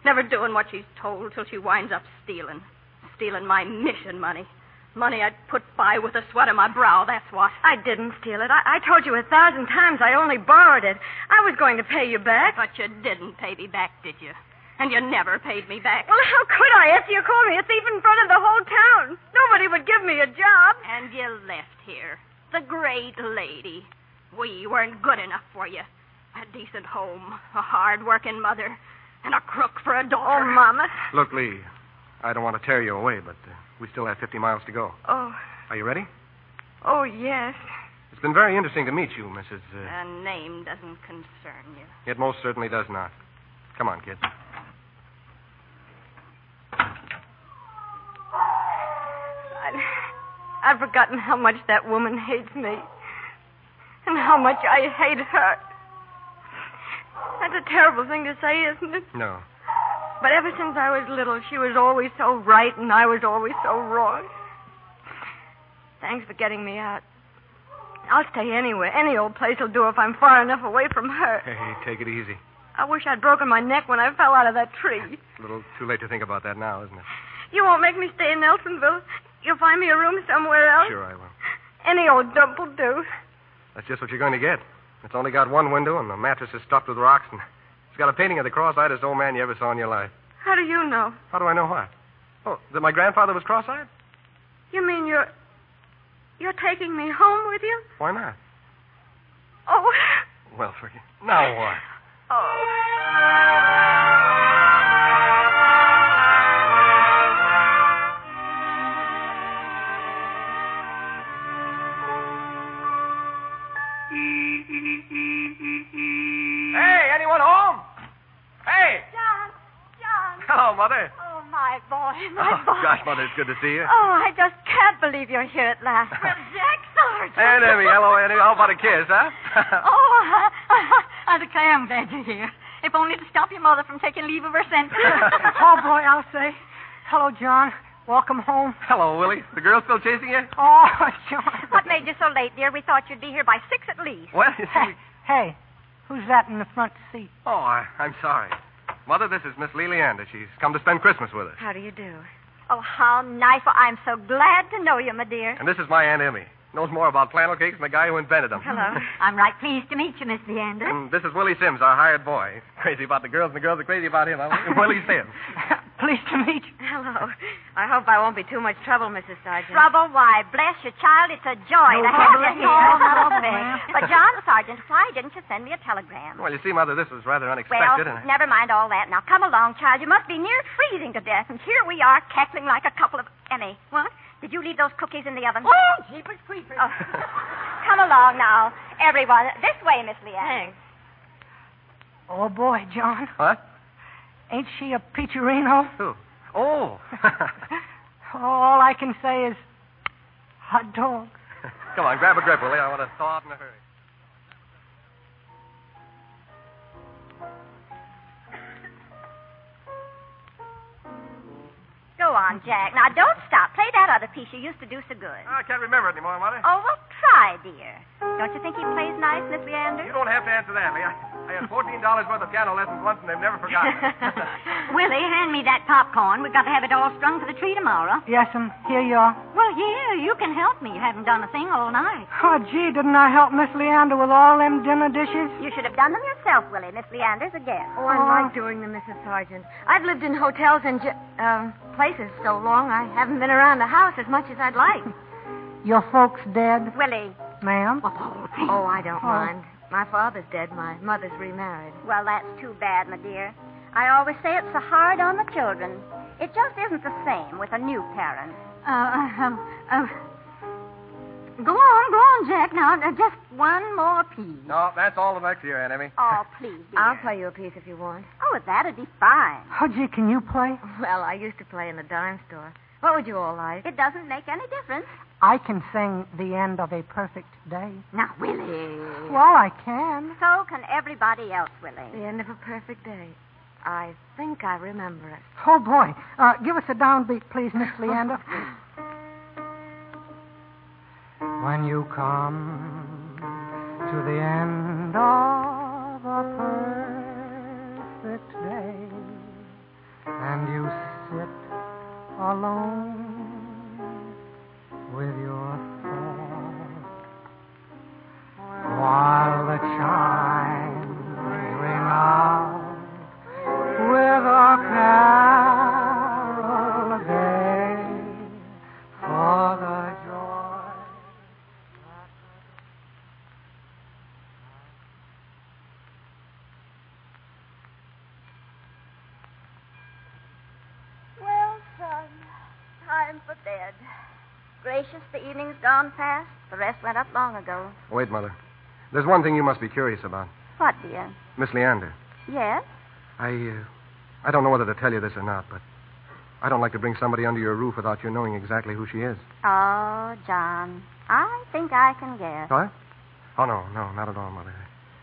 Speaker 16: Never doing what she's told till she winds up stealing. Stealing my mission money. Money I'd put by with a sweat on my brow, that's what.
Speaker 4: I didn't steal it. I, I told you a thousand times I only borrowed it. I was going to pay you back.
Speaker 16: But you didn't pay me back, did you? And you never paid me back.
Speaker 4: Well, how could I after you called me a thief in front of the whole town? Nobody would give me a job.
Speaker 16: And you left here. The great lady. We weren't good enough for you. A decent home, a hard working mother, and a crook for a daughter.
Speaker 4: Oh, Mama.
Speaker 11: Look, Lee, I don't want to tear you away, but uh, we still have 50 miles to go.
Speaker 4: Oh,
Speaker 11: Are you ready?
Speaker 4: oh, yes.
Speaker 11: It's been very interesting to meet you, Mrs. Uh,
Speaker 16: A name doesn't concern you.
Speaker 11: it most certainly does not. Come on, kid.
Speaker 4: I, I've forgotten how much that woman hates me and how much I hate her. That's a terrible thing to say, isn't it?
Speaker 11: No.
Speaker 4: But ever since I was little, she was always so right and I was always so wrong. Thanks for getting me out. I'll stay anywhere. Any old place will do if I'm far enough away from her.
Speaker 11: Hey, take it easy.
Speaker 4: I wish I'd broken my neck when I fell out of that tree.
Speaker 11: A little too late to think about that now, isn't it?
Speaker 4: You won't make me stay in Nelsonville. You'll find me a room somewhere else.
Speaker 11: Sure, I will.
Speaker 4: Any old dump will do.
Speaker 11: That's just what you're going to get. It's only got one window, and the mattress is stuffed with rocks, and it's got a painting of the cross-eyed old man you ever saw in your life.
Speaker 4: How do you know?
Speaker 11: How do I know what? Oh, that my grandfather was cross-eyed?
Speaker 4: You mean you're you're taking me home with you?
Speaker 11: Why not?
Speaker 4: Oh,
Speaker 11: Well, for Now what?
Speaker 17: Hey, anyone home? Hey!
Speaker 7: John, John.
Speaker 11: Hello, Mother.
Speaker 7: Oh, my boy, my
Speaker 11: Oh,
Speaker 7: boy.
Speaker 11: gosh, Mother, it's good to see you.
Speaker 7: Oh, I just can't believe you're here at last. well, Jack Sargent.
Speaker 11: And Emmy, hello, Annie. How about a kiss, huh?
Speaker 18: Oh, I declare I'm glad you're here. If only to stop your mother from taking leave of her senses.
Speaker 14: oh, boy, I'll say. Hello, John. Welcome home.
Speaker 11: hello, Willie. The girl still chasing you?
Speaker 14: Oh, John.
Speaker 18: What made you so late, dear? We thought you'd be here by six at least.
Speaker 11: Well, you see.
Speaker 14: Hey, who's that in the front seat?
Speaker 11: Oh, I, I'm sorry. Mother, this is Miss Lelianda. She's come to spend Christmas with us.
Speaker 18: How do you do? Oh, how nice. Well, I'm so glad to know you, my dear.
Speaker 11: And this is my Aunt Emmy. Knows more about flannel cakes than the guy who invented them.
Speaker 18: I'm right pleased to meet you, Miss Leander.
Speaker 11: and this is Willie Sims, our hired boy. Crazy about the girls, and the girls are crazy about him. huh? Willie Sims.
Speaker 14: Pleased to meet you.
Speaker 4: Hello. I hope I won't be too much trouble, Mrs. Sargent.
Speaker 18: Trouble? Why, bless you, child, it's a joy
Speaker 4: No
Speaker 18: to have
Speaker 4: trouble
Speaker 18: you
Speaker 4: at
Speaker 18: here.
Speaker 4: all. No
Speaker 18: Hello,
Speaker 4: trouble,
Speaker 18: Vic.
Speaker 4: ma'am.
Speaker 18: But, John Sargent, why didn't you send me a telegram?
Speaker 11: Well, you see, Mother, this was rather
Speaker 18: Well,
Speaker 11: unexpected. and I-
Speaker 18: never mind all that. Now, come along, child. You must be near freezing to death. And here we are, cackling like a couple of... Emmy, what? Did you leave those cookies in the oven? Oh, jeepers creepers. come along now, everyone. This way, Miss Leanne. Thanks.
Speaker 14: Oh, boy, John.
Speaker 11: What?
Speaker 14: Ain't she a peacherino?
Speaker 11: Who? Oh.
Speaker 14: All I can say is hot dog.
Speaker 11: Come on, grab a grip, Willie. I want to thaw out in a hurry.
Speaker 18: Go on, Jack. Now, don't stop. Play that other piece you used to do so good.
Speaker 11: I can't remember it anymore, Mother.
Speaker 18: Oh, well, try, dear. Don't you think he plays nice, Miss Leander?
Speaker 11: You don't have to answer that, Lee. I, I had $14 worth of piano lessons once, and they've never forgotten it.
Speaker 18: Willie, hand me that popcorn. We've got to have it all strung for the tree tomorrow.
Speaker 14: Yes, and here you are.
Speaker 18: Well, yeah, you can help me. You haven't done a thing all night.
Speaker 14: Oh, gee, didn't I help Miss Leander with all them dinner dishes?
Speaker 18: You should have done them yourself, Willie. Miss Leander's a guest.
Speaker 4: Oh, I like doing them, Mrs. Sargent. I've lived in hotels and j- um, places so long I haven't been around the house as much as I'd like.
Speaker 14: Your folks dead,
Speaker 18: Willie.
Speaker 14: ma'am?
Speaker 4: oh, I don't
Speaker 18: Oh.
Speaker 4: mind. My father's dead. My mother's remarried.
Speaker 18: Well, that's too bad, my dear. I always say it's so hard on the children. It just isn't the same with a new parent.
Speaker 4: Uh, um, um, go on, go on, Jack. Now, uh, just one more piece.
Speaker 11: No, that's all of next year, Aunt Emmy.
Speaker 18: Oh, please, dear.
Speaker 4: uh, I'll play you a piece if you want.
Speaker 18: Oh, that'd be fine.
Speaker 19: Oh, gee, can you play?
Speaker 4: Well, I used to play in the dime store. What would you all like?
Speaker 18: It doesn't make any difference.
Speaker 19: I can sing The End of a Perfect Day.
Speaker 18: Now, Willie.
Speaker 19: Well, I can.
Speaker 18: So can everybody else, Willie.
Speaker 4: The end of a perfect day. I think I remember it.
Speaker 19: Oh, boy. Uh, give us a downbeat, please, Miss Leander.
Speaker 14: When you come to the end of a perfect day and you sit alone with your thoughts while the chimes ring out with a carol day for the joy
Speaker 20: Well, son, time for bed.
Speaker 18: Gracious, the evening's gone past. The rest went up long ago.
Speaker 11: Wait, Mother. There's one thing you must be curious about.
Speaker 18: What, dear?
Speaker 11: Miss Leander,
Speaker 18: Yes?
Speaker 11: I, uh, I don't know whether to tell you this or not, but I don't like to bring somebody under your roof without you knowing exactly who she is.
Speaker 18: Oh, John, I think I can guess.
Speaker 11: What? Oh, no, no, not at all, Mother.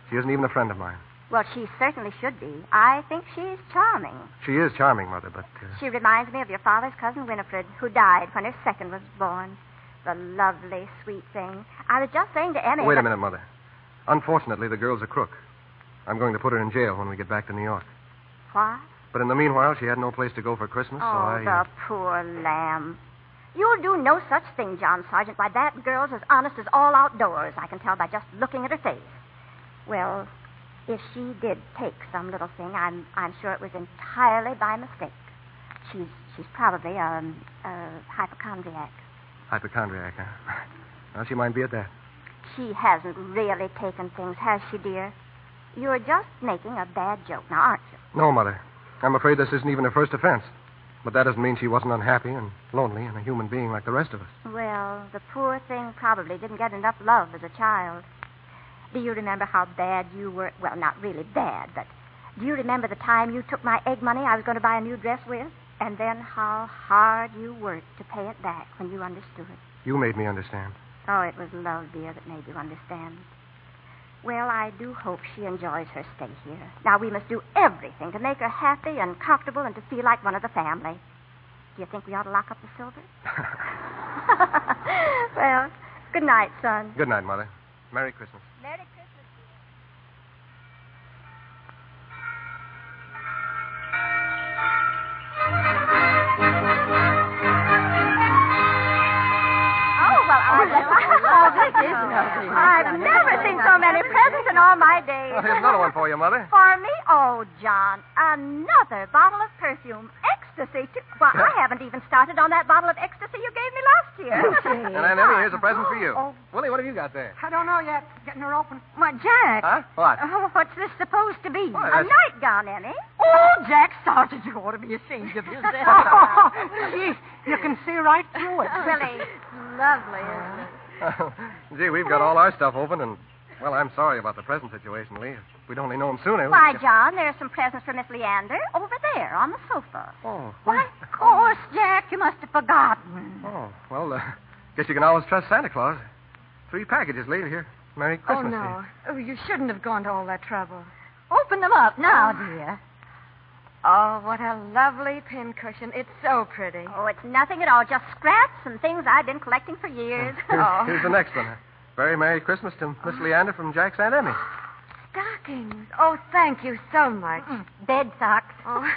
Speaker 11: She isn't even a friend of mine.
Speaker 18: Well, she certainly should be. I think she's charming.
Speaker 11: She is charming, Mother, but uh,
Speaker 18: She reminds me of your father's cousin Winifred, who died when her second was born. The lovely, sweet thing. I was just saying to Emmy.
Speaker 11: Wait a
Speaker 18: that-
Speaker 11: minute, Mother. Unfortunately, the girl's a crook. I'm going to put her in jail when we get back to New York.
Speaker 18: What?
Speaker 11: But in the meanwhile, she had no place to go for Christmas, so
Speaker 18: oh,
Speaker 11: I. uh,
Speaker 18: the poor lamb. You'll do no such thing, John Sargent. Why, that girl's as honest as all outdoors. I can tell by just looking at her face. Well, if she did take some little thing, I'm I'm sure it was entirely by mistake. She's she's probably um, a hypochondriac.
Speaker 11: Hypochondriac, huh? Well, she might be at that.
Speaker 18: She hasn't really taken things, has she, dear? You're just making a bad joke now, aren't you?
Speaker 11: No, Mother. I'm afraid this isn't even her first offense. But that doesn't mean she wasn't unhappy and lonely and a human being like the rest of us.
Speaker 18: Well, the poor thing probably didn't get enough love as a child. Do you remember how bad you were? Well, not really bad, but do you remember the time you took my egg money I was going to buy a new dress with? And then how hard you worked to pay it back when you understood.
Speaker 11: You made me understand.
Speaker 18: Oh, it was love, dear, that made you understand. Well, I do hope she enjoys her stay here. Now, we must do everything to make her happy and comfortable and to feel like one of the family. Do you think we ought to lock up the silver? well, good night, son.
Speaker 11: Good night, Mother. Merry Christmas.
Speaker 20: Merry Christmas.
Speaker 18: Oh, well, I
Speaker 20: Oh, this is lovely.
Speaker 18: I've never seen so many presents in all my days.
Speaker 11: Well, here's another one for you, Mother.
Speaker 18: For me? Oh, John, another bottle of perfume. Ecstasy, too. Well, I haven't even started on that bottle of ecstasy you gave me last year.
Speaker 11: and Aunt Emmy, here's a present for you.
Speaker 4: Oh.
Speaker 11: Willie, what have you got there?
Speaker 4: I don't know yet. Getting her open. Why, Jack.
Speaker 11: Huh? What?
Speaker 4: Oh, what's this supposed to be?
Speaker 11: Why,
Speaker 4: a
Speaker 11: that's-
Speaker 18: nightgown, Emmy.
Speaker 4: Oh, Jack Sargent, you ought to be ashamed of yourself.
Speaker 19: oh, gee, you can see right through it.
Speaker 4: Willie, lovely, isn't it?
Speaker 11: Gee, we've got all our stuff open, and, well, I'm sorry about the present situation, Lee. If we'd only known sooner. we
Speaker 18: Why,
Speaker 11: could-
Speaker 18: John, there are some presents for Miss Leander over there on the sofa.
Speaker 11: Oh.
Speaker 18: Why, of course, Jack, you must have forgotten.
Speaker 11: Oh, well, uh, guess you can always trust Santa Claus. Three packages, Lee, here. Merry
Speaker 4: Oh,
Speaker 11: Christmas. to you.
Speaker 4: no. Oh, you shouldn't have gone to all that trouble. Open them up now, dear. Oh, what a lovely pincushion. It's so pretty.
Speaker 18: Oh, it's nothing at all, just scraps and things I've been collecting for years.
Speaker 11: Here's,
Speaker 4: Oh.
Speaker 11: here's the next one. Very Merry Christmas to Miss Leander from Jack's Aunt Emmy.
Speaker 4: Stockings. Oh, thank you so much.
Speaker 21: Mm,
Speaker 4: Oh.
Speaker 21: Bed socks.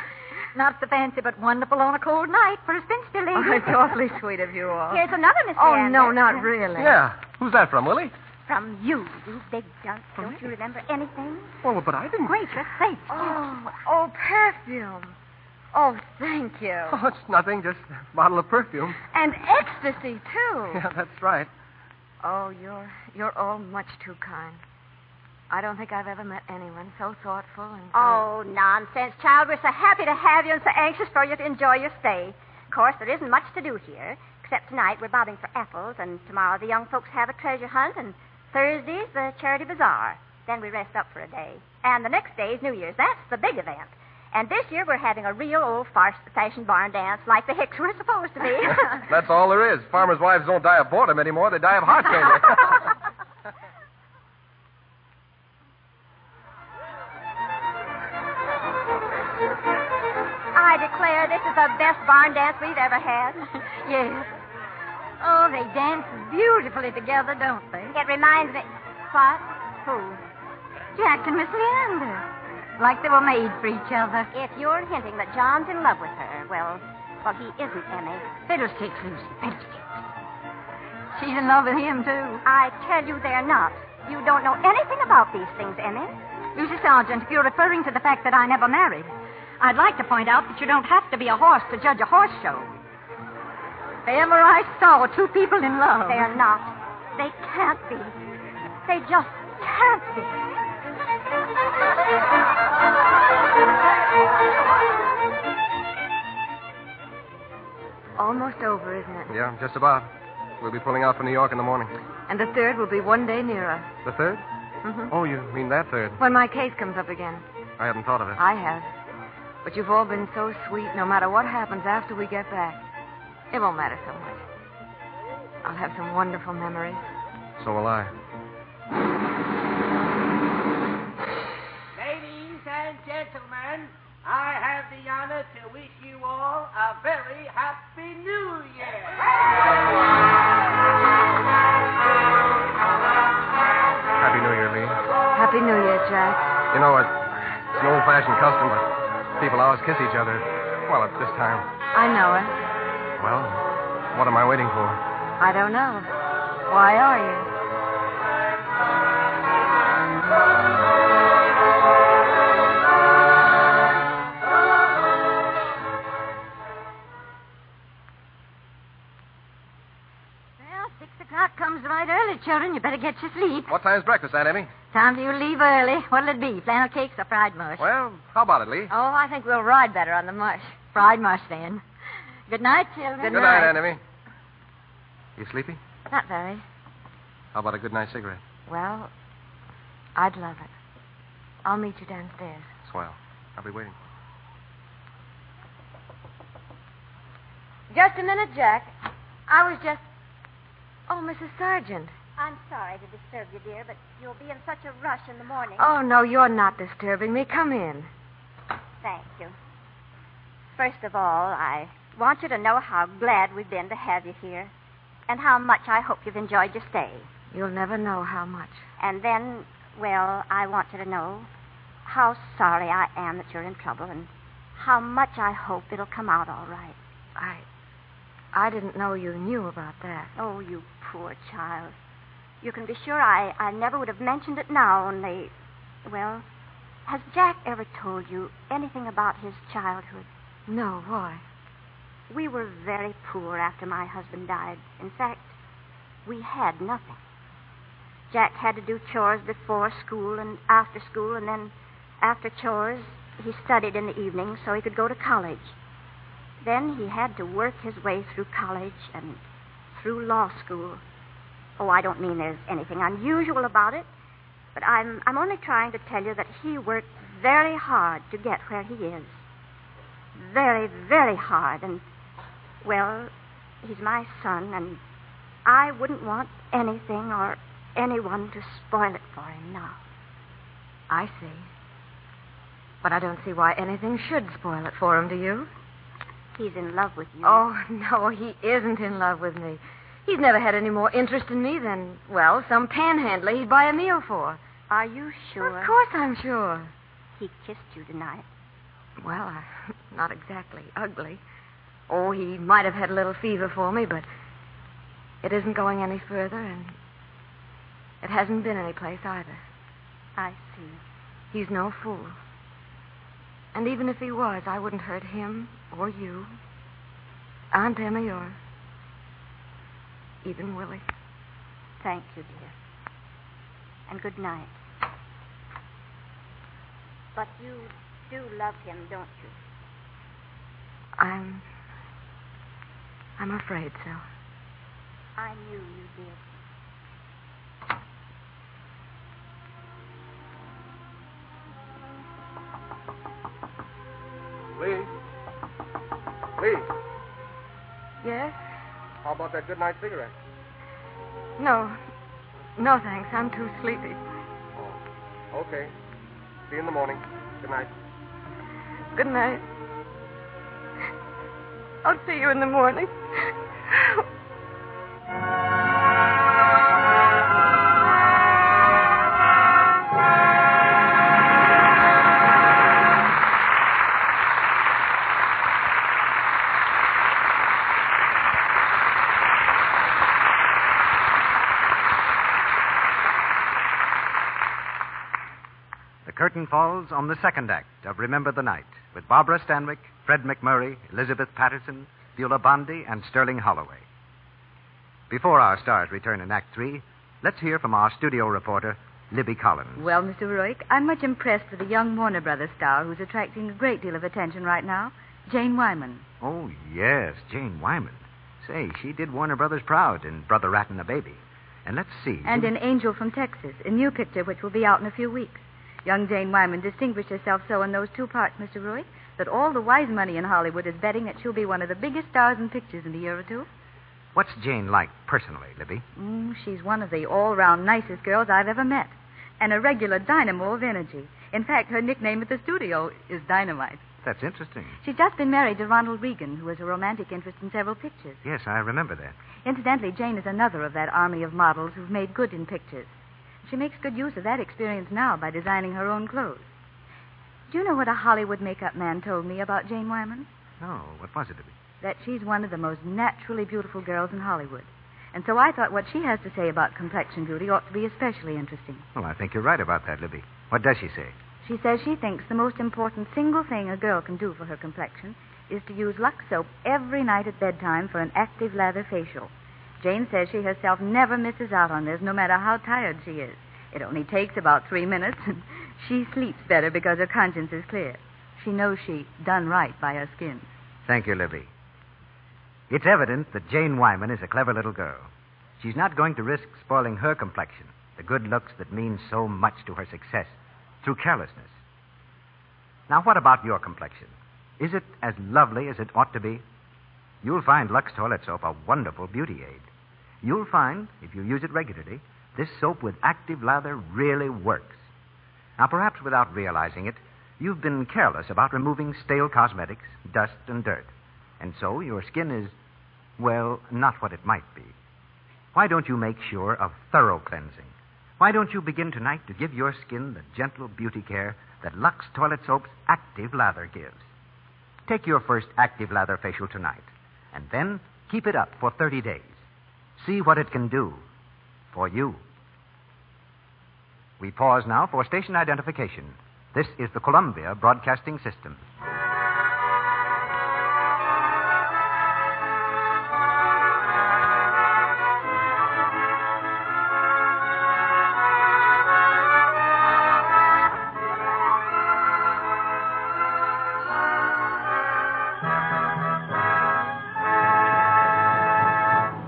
Speaker 21: Not so fancy, but wonderful on a cold night for a spinster lady.
Speaker 4: Oh, it's awfully sweet of you all.
Speaker 21: Here's another, Miss
Speaker 4: Oh,
Speaker 21: Leander.
Speaker 4: no, not really.
Speaker 11: Yeah. Who's that from, Willie?
Speaker 18: From you, you big junk. Don't you remember anything?
Speaker 11: Well, but I didn't.
Speaker 18: Gracious sakes.
Speaker 4: Oh, oh, perfume. Oh, thank you.
Speaker 11: Oh, it's nothing, just a bottle of perfume.
Speaker 4: And ecstasy, too.
Speaker 11: Yeah, that's right.
Speaker 4: Oh, you're you're all much too kind. I don't think I've ever met anyone so thoughtful and. so-
Speaker 22: Oh, nonsense, child. We're so happy to have you and so anxious for you to enjoy your stay. Of course, there isn't much to do here, except tonight we're bobbing for apples, and tomorrow the young folks have a treasure hunt, and Thursday's the charity bazaar. Then we rest up for a day. And the next day's New Year's. That's the big event. And this year we're having a real old fashioned barn dance like the Hicks were supposed to be.
Speaker 11: That's all there is. Farmers' wives don't die of boredom anymore, they die of heart failure.
Speaker 22: I declare this is the best barn dance we've ever had. yes. Oh, they dance beautifully together, don't they? It reminds me. What? Who? Jack and Miss Leander. Like they were made for each other. If you're hinting that John's in love with her, well, well, he isn't, Emmy. Fiddlesticks, Lucy. Fiddlesticks. She's in love with him, too. I tell you they're not. You don't know anything about these things, Emmy.
Speaker 23: Lucy Sargent, if you're referring to the fact that I never married, I'd like to point out that you don't have to be a horse to judge a horse show. If ever I saw two people in love.
Speaker 22: They're not. They can't be. They just can't be.
Speaker 4: Almost over, isn't it?
Speaker 11: yeah, just about. We'll be pulling out for New York in the morning.
Speaker 4: And the third will be one day nearer.
Speaker 11: The third?
Speaker 4: Mm-hmm.
Speaker 11: Oh, you mean that third?
Speaker 4: When my case comes up again.
Speaker 11: I hadn't thought of it.
Speaker 4: I have. But you've all been so sweet, no matter what happens after we get back. It won't matter so much. I'll have some wonderful memories.
Speaker 11: So will I.
Speaker 17: Ladies and gentlemen, I have the honor to wish you all a very happy New Year.
Speaker 11: Happy New Year, Lee.
Speaker 4: Happy New Year, Jack.
Speaker 11: You know, it, it's an old fashioned custom, but people always kiss each other. Well, at this time.
Speaker 4: I know it.
Speaker 11: Well, what am I waiting for?
Speaker 4: I don't know. Why are you?
Speaker 22: Well, six o'clock comes right early, children. You better get your sleep.
Speaker 11: What time's breakfast, Aunt Emmy?
Speaker 22: Time for you to leave early. What'll it be? Flannel cakes or fried mush?
Speaker 11: Well, how about it, Lee?
Speaker 22: Oh, I think we'll ride better on the mush. Fried mush, then. Good night, children.
Speaker 11: good night, Aunt Emmy. You sleepy?
Speaker 4: Not very.
Speaker 11: How about a good night cigarette?
Speaker 4: Well, I'd love it. I'll meet you downstairs.
Speaker 11: Swell. I'll be waiting.
Speaker 4: Just a minute, Jack. I was just. Oh, Mrs. Sargent.
Speaker 18: I'm sorry to disturb you, dear, but you'll be in such a rush in the morning.
Speaker 4: Oh, no, you're not disturbing me. Come in.
Speaker 18: Thank you. First of all, I want you to know how glad we've been to have you here and how much I hope you've enjoyed your stay.
Speaker 4: You'll never know how much.
Speaker 18: And then, well, I want you to know how sorry I am that you're in trouble and how much I hope it'll come out all right.
Speaker 4: I. I didn't know you knew about that.
Speaker 18: Oh, you poor child. You can be sure I, I never would have mentioned it now, only, well, has Jack ever told you anything about his childhood?
Speaker 4: No, why?
Speaker 18: We were very poor after my husband died. In fact, we had nothing. Jack had to do chores before school and after school, and then after chores, he studied in the evening so he could go to college. Then he had to work his way through college and through law school. Oh, I don't mean there's anything unusual about it, but I'm, I'm only trying to tell you that he worked very hard to get where he is. Very, very hard, and, well, he's my son, and I wouldn't want anything or anyone to spoil it for him now.
Speaker 4: I see. But I don't see why anything should spoil it for him, do you?
Speaker 18: He's in love with you.
Speaker 4: Oh, no, he isn't in love with me. He's never had any more interest in me than, well, some panhandler he'd buy a meal for.
Speaker 18: Are you sure?
Speaker 4: Of course I'm sure.
Speaker 18: He kissed you tonight.
Speaker 4: Well, I, not exactly ugly. Oh, he might have had a little fever for me, but it isn't going any further, and it hasn't been any place either.
Speaker 18: I see.
Speaker 4: He's no fool. And even if he was, I wouldn't hurt him or you, Aunt Emmy, or even Willie.
Speaker 18: Thank you, dear. And good night.
Speaker 16: But you do love him, don't you?
Speaker 4: I'm. I'm afraid so.
Speaker 16: I knew you did.
Speaker 11: Lee? Lee,
Speaker 4: Yes?
Speaker 11: how about that good night cigarette?
Speaker 4: No. No, thanks. I'm too sleepy.
Speaker 11: Okay. See you in the morning. Good night.
Speaker 4: Good night. I'll see you in the morning.
Speaker 1: The curtain falls on the second act of Remember the Night with Barbara Stanwyck, Fred McMurray, Elizabeth Patterson, Beulah Bondi, and Sterling Holloway. Before our stars return in Act Three, let's hear from our studio reporter, Libby Collins.
Speaker 20: Well, Mr. Roick, I'm much impressed with a young Warner Brothers star who's attracting a great deal of attention right now, Jane Wyman.
Speaker 1: Oh, yes, Jane Wyman. Say, she did Warner Brothers proud in Brother Rat and the Baby. And let's see.
Speaker 20: And in Angel from Texas, a new picture which will be out in a few weeks. Young Jane Wyman distinguished herself so in those two parts, Mr. Roick, that all the wise money in Hollywood is betting that she'll be one of the biggest stars in pictures in a year or two.
Speaker 1: What's Jane like personally, Libby?
Speaker 20: Mm, she's one of the all round nicest girls I've ever met, and a regular dynamo of energy. In fact, her nickname at the studio is Dynamite.
Speaker 1: That's interesting.
Speaker 20: She's just been married to Ronald Regan, who has a romantic interest in several pictures.
Speaker 1: Yes, I remember that.
Speaker 20: Incidentally, Jane is another of that army of models who've made good in pictures. She makes good use of that experience now by designing her own clothes. Do you know what a Hollywood makeup man told me about Jane Wyman?
Speaker 1: No, Oh, what was it, Libby?
Speaker 20: That she's one of the most naturally beautiful girls in Hollywood. And so I thought what she has to say about complexion beauty ought to be especially interesting.
Speaker 1: Well, I think you're right about that, Libby. What does she say?
Speaker 20: She says she thinks the most important single thing a girl can do for her complexion is to use Lux soap every night at bedtime for an active lather facial. Jane says she herself never misses out on this, no matter how tired she is. It only takes about three minutes, and she sleeps better because her conscience is clear. She knows she done right by her skin.
Speaker 1: Thank you, Libby. It's evident that Jane Wyman is a clever little girl. She's not going to risk spoiling her complexion, the good looks that mean so much to her success, through carelessness. Now, what about your complexion? Is it as lovely as it ought to be? You'll find Lux Toilet Soap a wonderful beauty aid. You'll find, if you use it regularly, this soap with active lather really works. Now, perhaps without realizing it, you've been careless about removing stale cosmetics, dust, and dirt. And so your skin is, well, not what it might be. Why don't you make sure of thorough cleansing? Why don't you begin tonight to give your skin the gentle beauty care that Lux Toilet Soap's Active Lather gives? Take your first Active Lather facial tonight, and then keep it up for 30 days. See what it can do for you. We pause now for station identification. This is the Columbia Broadcasting System.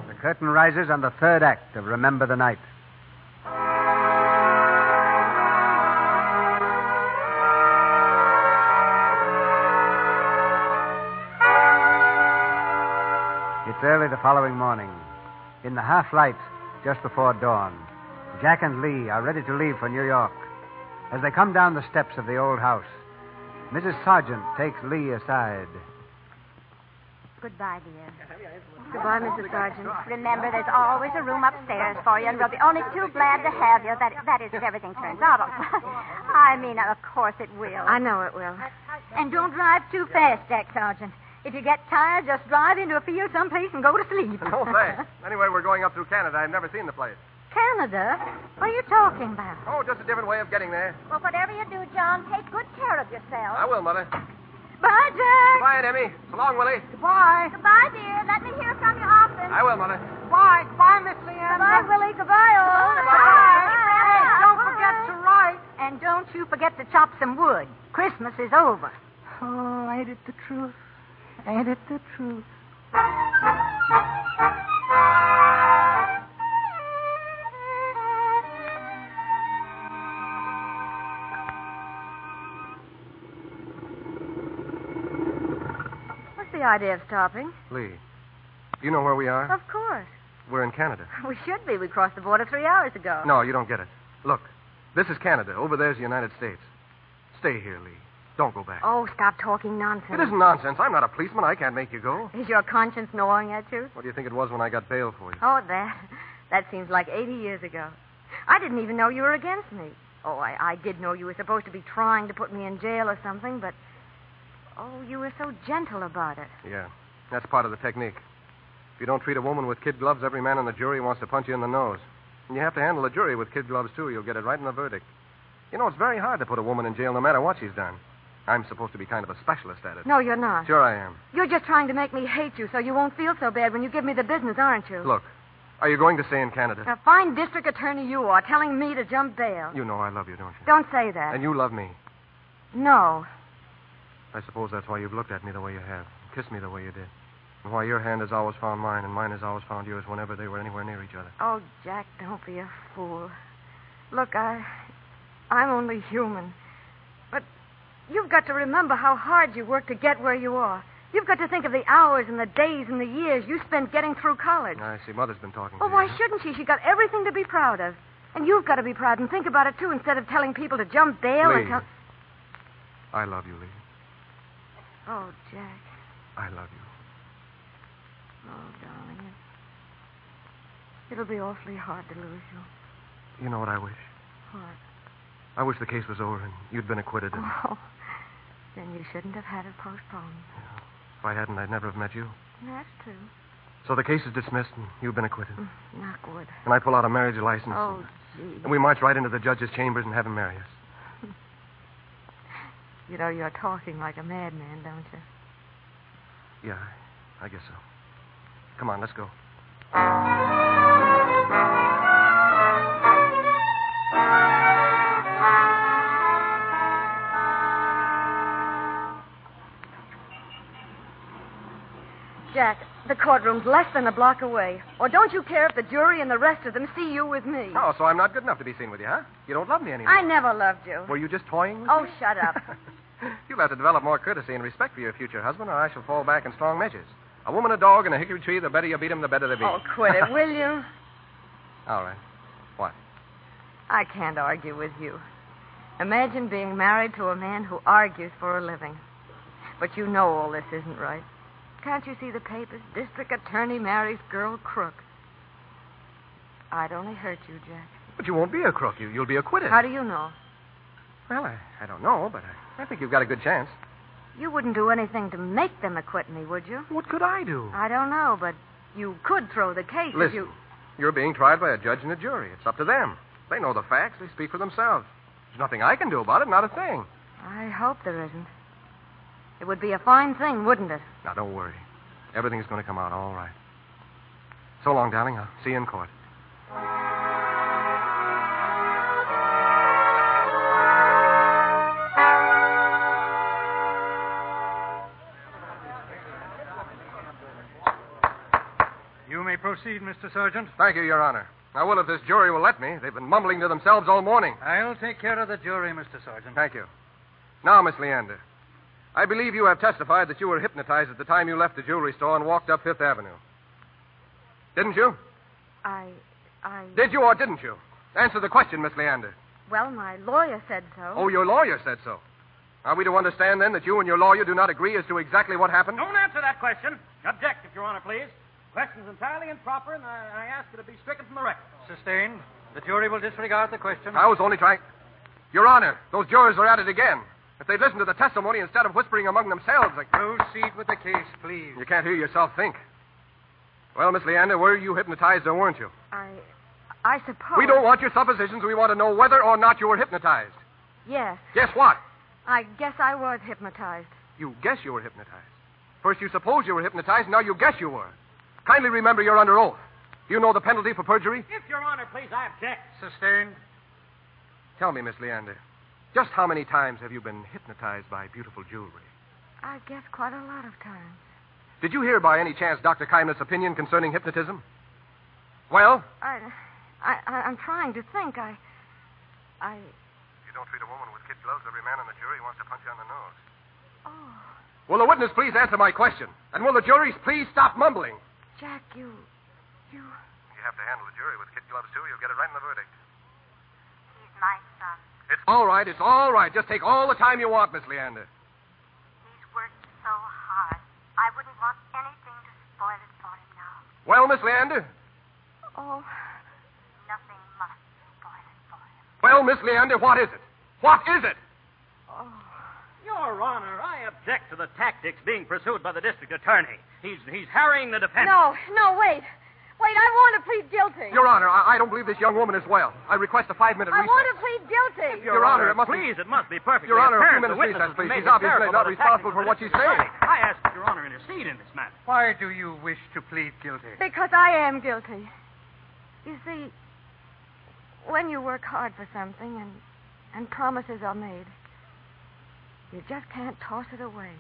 Speaker 2: The curtain rises on the third act of Remember the Night. It's early the following morning. In the half light, just before dawn, Jack and Lee are ready to leave for New York. As they come down the steps of the old house, Mrs. Sargent takes Lee aside.
Speaker 16: Goodbye, dear.
Speaker 4: Goodbye, Mrs. Sargent.
Speaker 16: Remember, there's always a room upstairs for you, and we'll be only too glad to have you. That, that is, if everything turns out. all- I mean, of course it will.
Speaker 4: I know it will.
Speaker 16: And don't drive too fast, Jack Sergeant.
Speaker 23: If you get tired, just drive into a field someplace and go to sleep.
Speaker 11: No thanks. Anyway, we're going up through Canada. I've never seen the place.
Speaker 23: Canada? What are you talking about?
Speaker 11: Oh, just a different way of getting there.
Speaker 16: Well, whatever you do, John, take good care of yourself.
Speaker 11: I will, Mother.
Speaker 16: Bye, Jack.
Speaker 11: Bye, Aunt Emmy. So long, Willie.
Speaker 16: Goodbye. Goodbye, dear. Let me hear from you often.
Speaker 11: I will, Mother.
Speaker 16: Goodbye. Goodbye, Miss Leanne. Goodbye, Willie. Goodbye, all.
Speaker 23: Goodbye. Hey, don't forget to
Speaker 16: write.
Speaker 14: And don't you forget to chop some wood. Christmas is over.
Speaker 1: Oh, ain't it the truth? Ain't it the truth?
Speaker 24: What's the idea of stopping?
Speaker 11: Lee, you know where we are?
Speaker 24: Of course.
Speaker 11: We're in Canada.
Speaker 24: We should be. We crossed the border three hours ago.
Speaker 11: No, you don't get it. Look, this is Canada. Over there's the United States. Stay here, Lee. Don't go back.
Speaker 4: Oh, stop talking nonsense.
Speaker 11: It isn't nonsense. I'm not a policeman. I can't make you go.
Speaker 4: Is your conscience gnawing at you?
Speaker 11: What do you think it was when I got bail for you?
Speaker 4: Oh, that. That seems like 80 years ago. I didn't even know you were against me. Oh, I, I did know you were supposed to be trying to put me in jail or something, but. Oh, you were so gentle about it.
Speaker 11: Yeah, that's part of the technique. If you don't treat a woman with kid gloves, every man on the jury wants to punch you in the nose. And you have to handle a jury with kid gloves, too. You'll get it right in the verdict. You know, it's very hard to put a woman in jail no matter what she's done. I'm supposed to be kind of a specialist at it.
Speaker 4: No, you're not.
Speaker 11: Sure I am.
Speaker 4: You're just trying to make me hate you so you won't feel so bad when you give me the business, aren't you?
Speaker 11: Look, are you going to stay in Canada?
Speaker 4: A fine district attorney you are, telling me to jump bail.
Speaker 11: You know I love you, don't you?
Speaker 4: Don't say that.
Speaker 11: And you love me.
Speaker 4: No.
Speaker 11: I suppose that's why you've looked at me the way you have, kissed me the way you did. And why your hand has always found mine, and mine has always found yours whenever they were anywhere near each other.
Speaker 4: Oh, Jack, don't be a fool. Look, I. I'm only human. But you've got to remember how hard you work to get where you are. You've got to think of the hours and the days and the years you spent getting through college.
Speaker 11: I see. Mother's been talking
Speaker 4: Oh,
Speaker 11: to
Speaker 4: why
Speaker 11: you. huh?
Speaker 4: shouldn't she? She got everything to be proud of. And you've got to be proud and think about it, too, instead of telling people to jump bail
Speaker 11: Lee.
Speaker 4: and tell.
Speaker 11: I love you, Lee.
Speaker 4: Oh, Jack.
Speaker 11: I love you.
Speaker 4: Oh, darling. it- It'll be awfully hard to lose you.
Speaker 11: You know what I wish?
Speaker 4: Hard.
Speaker 11: I wish the case was over and you'd been acquitted. And
Speaker 4: Oh. Then you shouldn't have had it postponed.
Speaker 11: if I hadn't, I'd never have met you.
Speaker 4: That's true.
Speaker 11: So the case is dismissed and you've been acquitted.
Speaker 4: Knock wood.
Speaker 11: And I pull out a marriage license.
Speaker 4: Oh,
Speaker 11: and-
Speaker 4: gee.
Speaker 11: And we march right into the judge's chambers and have him marry us.
Speaker 4: You know, you're talking like a madman, don't you?
Speaker 11: Yeah, I guess so. Come on, let's go.
Speaker 4: Jack, the courtroom's less than a block away. Or don't you care if the jury and the rest of them see you with me?
Speaker 11: Oh, so I'm not good enough to be seen with you, huh? You don't love me anymore.
Speaker 4: I never loved you.
Speaker 11: Were you just toying with
Speaker 4: Oh,
Speaker 11: me?
Speaker 4: shut up.
Speaker 11: You'll have to develop more courtesy and respect for your future husband, or I shall fall back in strong measures. A woman, a dog, and a hickory tree, the better you beat 'em, the better they be.
Speaker 4: oh, quit it, will you?
Speaker 11: All right. What?
Speaker 4: I can't argue with you. Imagine being married to a man who argues for a living. But you know all this isn't right. Can't you see the papers? District attorney marries girl crook. I'd only hurt you, Jack.
Speaker 11: But you won't be a crook. You, you'll be acquitted.
Speaker 4: How do you know?
Speaker 11: Well, I, I don't know, but I, I think you've got a good chance.
Speaker 4: You wouldn't do anything to make them acquit me, would you?
Speaker 11: What could I do?
Speaker 4: I don't know, but you could throw the case if
Speaker 11: Listen,
Speaker 4: you.
Speaker 11: you're being tried by a judge and a jury. It's up to them. They know the facts. They speak for themselves. There's nothing I can do about it. Not a thing.
Speaker 4: I hope there isn't. It would be a fine thing, wouldn't it?
Speaker 11: Now, don't worry. Everything's going to come out all right. So long, darling. I'll see you in court.
Speaker 17: You may proceed, Mr. Sergeant.
Speaker 11: Thank you, Your Honor. I will if this jury will let me. They've been mumbling to themselves all morning.
Speaker 17: I'll take care of the jury, Mr. Sergeant.
Speaker 11: Thank you. Now, Miss Leander, I believe you have testified that you were hypnotized at the time you left the jewelry store and walked up Fifth Avenue. Didn't you?
Speaker 4: I. I.
Speaker 11: Did you or didn't you? Answer the question, Miss Leander.
Speaker 4: Well, my lawyer said so.
Speaker 11: Oh, your lawyer said so. Are we to understand then that you and your lawyer do not agree as to exactly what happened?
Speaker 6: Don't answer that question. Object, if Your Honor, please. Question's entirely improper, and I, I ask that it be stricken from the record.
Speaker 17: Sustained. The jury will disregard the question.
Speaker 11: I was only trying. Your Honor, those jurors are at it again. If they'd listened to the testimony instead of whispering among themselves, I...
Speaker 17: Proceed with the case, please.
Speaker 11: you can't hear yourself think. Well, Miss Leander, were you hypnotized or weren't you?
Speaker 4: I. I suppose.
Speaker 11: We don't want your suppositions. We want to know whether or not you were hypnotized.
Speaker 4: Yes,
Speaker 11: Guess what?
Speaker 4: I guess I was hypnotized.
Speaker 11: You guess you were hypnotized. First you suppose you were hypnotized, now you guess you were. Kindly remember you're under oath. Do you know the penalty for perjury?
Speaker 6: If Your Honor, please, I object.
Speaker 17: Sustained.
Speaker 11: Tell me, Miss Leander, Just how many times have you been hypnotized by beautiful jewelry?
Speaker 4: I guess quite a lot of times.
Speaker 11: Did you hear by any chance Dr. Kymlet's opinion concerning hypnotism? Well?
Speaker 4: I, I, I I'm trying to think. I, I.
Speaker 11: You don't treat a woman with kid gloves, every man on the jury wants to punch you on the nose.
Speaker 4: Oh,
Speaker 11: Will the witness please answer my question? And will the jury please stop mumbling?
Speaker 4: Jack, you, you.
Speaker 11: You have to handle the jury with kid gloves, too. You'll get it right in the verdict.
Speaker 18: He's my son.
Speaker 11: It's all right. It's all right. Just take all the time you want, Miss Leander.
Speaker 18: He's worked so hard. I wouldn't want anything to spoil it for him now.
Speaker 11: Well, Miss Leander?
Speaker 4: Oh.
Speaker 18: Nothing must spoil it for him.
Speaker 11: Well, Miss Leander, what is it? What is it?
Speaker 16: Oh.
Speaker 6: Your Honor, I object to the tactics being pursued by the district attorney. He's he's harrying the defense.
Speaker 25: No, no, wait. Wait, I want to plead guilty.
Speaker 11: Your Honor, I, I don't believe this young woman is well. I request a five minute
Speaker 25: I
Speaker 11: recess.
Speaker 25: want to plead guilty.
Speaker 11: Your, Honor, it must
Speaker 6: please,
Speaker 11: be.
Speaker 6: it must be perfectly
Speaker 11: Your Honor, a
Speaker 6: apparent
Speaker 11: few minutes
Speaker 6: the witness
Speaker 11: recess,
Speaker 6: was
Speaker 11: please.
Speaker 6: made
Speaker 11: He's obviously
Speaker 6: hysterical
Speaker 11: not
Speaker 6: by the
Speaker 11: responsible
Speaker 6: tactics
Speaker 11: for
Speaker 6: of
Speaker 11: what
Speaker 6: the
Speaker 11: she's saying.
Speaker 6: district attorney. I ask that Your Honor intercede in this matter.
Speaker 14: Why do you wish to plead guilty?
Speaker 4: Because I am guilty. You see, when you work hard for something and and promises are made, you just can't toss it away,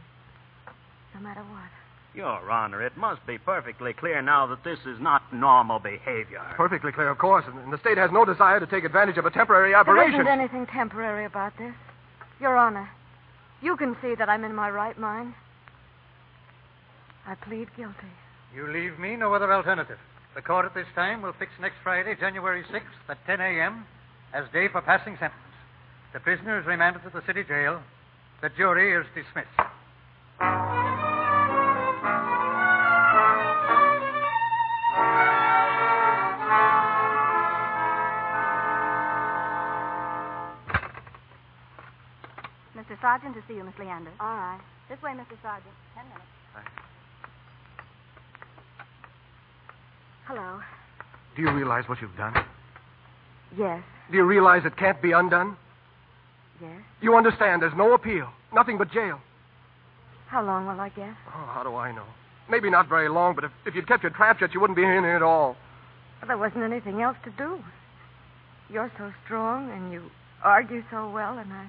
Speaker 4: no matter what.
Speaker 6: Your Honor, it must be perfectly clear now that this is not normal behavior.
Speaker 11: Perfectly clear, of course. And, and the state has no desire to take advantage of a temporary
Speaker 4: There
Speaker 11: operation.
Speaker 4: isn't anything temporary about this, Your Honor. You can see that I'm in my right mind. I plead guilty.
Speaker 12: You leave me no other alternative. The court at this time will fix next Friday, January 6th at 10 a.m. as day for passing sentence. The prisoner is remanded to the city jail. The jury is dismissed.
Speaker 20: Mr. Sargent to see you, Miss Leander.
Speaker 25: All right.
Speaker 20: This way, Mr. Sargent. Ten minutes.
Speaker 4: Hello.
Speaker 11: Do you realize what you've done?
Speaker 4: Yes,
Speaker 11: Do you realize it can't be undone?
Speaker 4: yes.
Speaker 11: You understand there's no appeal, nothing but jail.
Speaker 4: How long will I get?
Speaker 11: Oh, how do I know? Maybe not very long, but if, if you'd kept your trap shut, you wouldn't be in here at all.
Speaker 4: Well, there wasn't anything else to do. You're so strong and you argue so well, and I.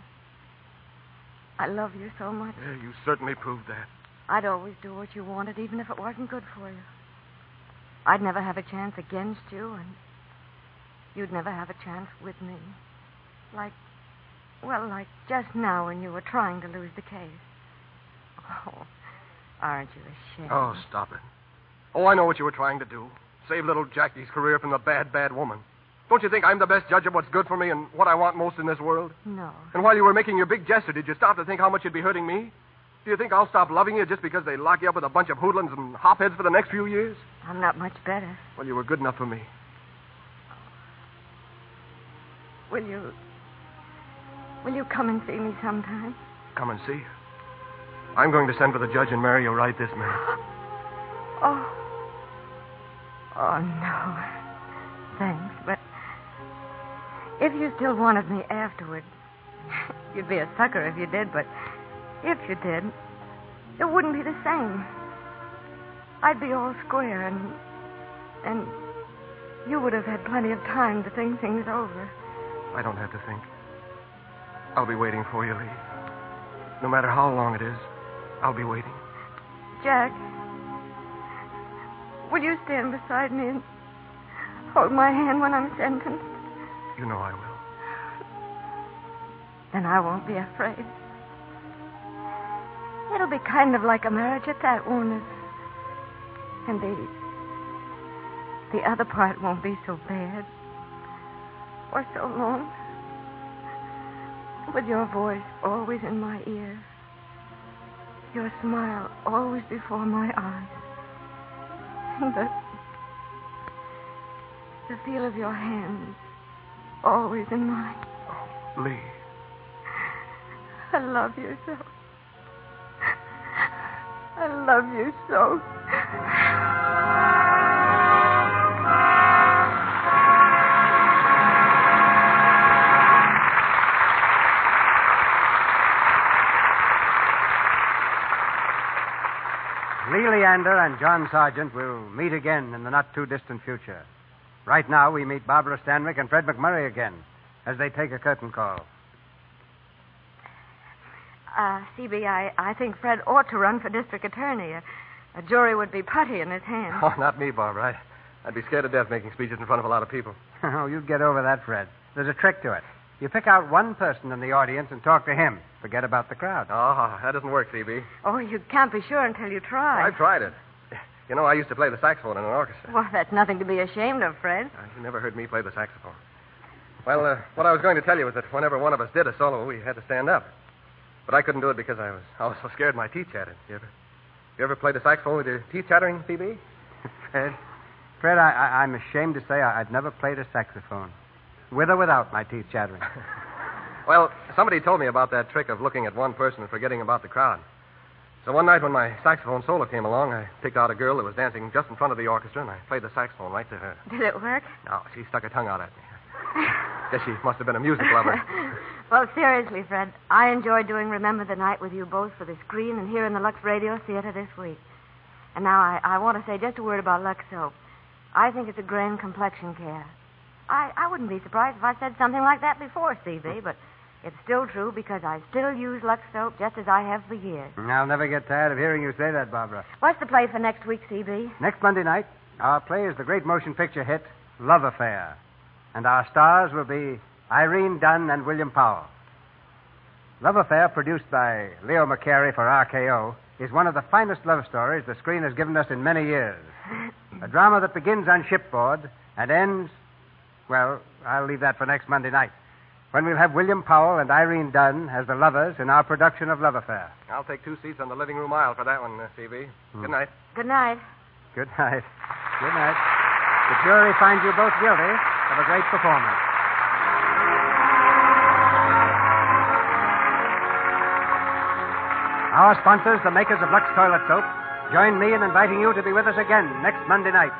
Speaker 4: I love you so much.
Speaker 11: Yeah, you certainly proved that.
Speaker 4: I'd always do what you wanted, even if it wasn't good for you. I'd never have a chance against you, and you'd never have a chance with me. Like, well, like just now when you were trying to lose the case. Oh, aren't you ashamed?
Speaker 11: Oh, stop it. Oh, I know what you were trying to do. Save little Jackie's career from the bad, bad woman. Don't you think I'm the best judge of what's good for me and what I want most in this world?
Speaker 4: No.
Speaker 11: And while you were making your big gesture, did you stop to think how much you'd be hurting me? Do you think I'll stop loving you just because they lock you up with a bunch of hoodlums and hopheads for the next few years?
Speaker 4: I'm not much better.
Speaker 11: Well, you were good enough for me.
Speaker 4: Will you. Will you come and see me sometime?
Speaker 11: Come and see. I'm going to send for the judge and marry you right this minute.
Speaker 4: Oh. Oh, no. Thanks, but. If you still wanted me afterward, you'd be a sucker if you did, but if you did, it wouldn't be the same. I'd be all square and. and. You would have had plenty of time to think things over.
Speaker 11: I don't have to think. I'll be waiting for you, Lee. No matter how long it is, I'll be waiting.
Speaker 4: Jack, will you stand beside me and hold my hand when I'm sentenced?
Speaker 11: You know I will.
Speaker 4: Then I won't be afraid. It'll be kind of like a marriage at that, won't it? And the the other part won't be so bad or so long. With your voice always in my ear, your smile always before my eyes, and the the feel of your hands always in mine.
Speaker 11: Lee.
Speaker 4: I love you so. I love you so.
Speaker 2: Lee Leander and John Sargent will meet again in the not too distant future. Right now, we meet Barbara Stanwyck and Fred McMurray again as they take a curtain call.
Speaker 4: Uh, CB, I, I think Fred ought to run for district attorney. A, a jury would be putty in his hands.
Speaker 11: Oh, not me, Barbara. I'd, I'd be scared to death making speeches in front of a lot of people.
Speaker 2: Oh, you'd get over that, Fred. There's a trick to it. You pick out one person in the audience and talk to him. Forget about the crowd.
Speaker 11: Oh, that doesn't work, CB.
Speaker 4: Oh, you can't be sure until you try.
Speaker 11: I've tried it. You know, I used to play the saxophone in an orchestra.
Speaker 4: Well, that's nothing to be ashamed of, Fred.
Speaker 11: Uh, You never heard me play the saxophone. Well, uh, what I was going to tell you was that whenever one of us did a solo, we had to stand up. But I couldn't do it because I was I was so scared my teeth chattered. You ever you ever played the saxophone with your teeth chattering, CB?
Speaker 2: Fred, Fred, I, I, I'm ashamed to say I, I've never played a saxophone, with or without my teeth chattering.
Speaker 11: Well, somebody told me about that trick of looking at one person and forgetting about the crowd. So one night when my saxophone solo came along, I picked out a girl that was dancing just in front of the orchestra, and I played the saxophone right to her.
Speaker 4: Did it work?
Speaker 11: No, she stuck her tongue out at me. Guess she must have been a music lover.
Speaker 4: Well, seriously, Fred, I enjoy doing Remember the Night with you both for the screen and here in the Lux Radio Theater this week. And now I, I want to say just a word about Lux Soap. I think it's a grand complexion care. I, I wouldn't be surprised if I said something like that before, CB, but it's still true because I still use Lux Soap just as I have for years.
Speaker 2: I'll never get tired of hearing you say that, Barbara.
Speaker 4: What's the play for next week, CB?
Speaker 2: Next Monday night, our play is the great motion picture hit Love Affair. And our stars will be Irene Dunn and William Powell. Love Affair, produced by Leo McCary for RKO, is one of the finest love stories the screen has given us in many years. A drama that begins on shipboard and ends. Well, I'll leave that for next Monday night, when we'll have William Powell and Irene Dunn as the lovers in our production of Love Affair.
Speaker 11: I'll take two seats on the living room aisle for that one, uh, CB. Good night.
Speaker 4: Hmm. Good night.
Speaker 2: Good night. Good night. The jury finds you both guilty of a great performance. Our sponsors, the makers of Lux Toilet Soap, join me in inviting you to be with us again next Monday night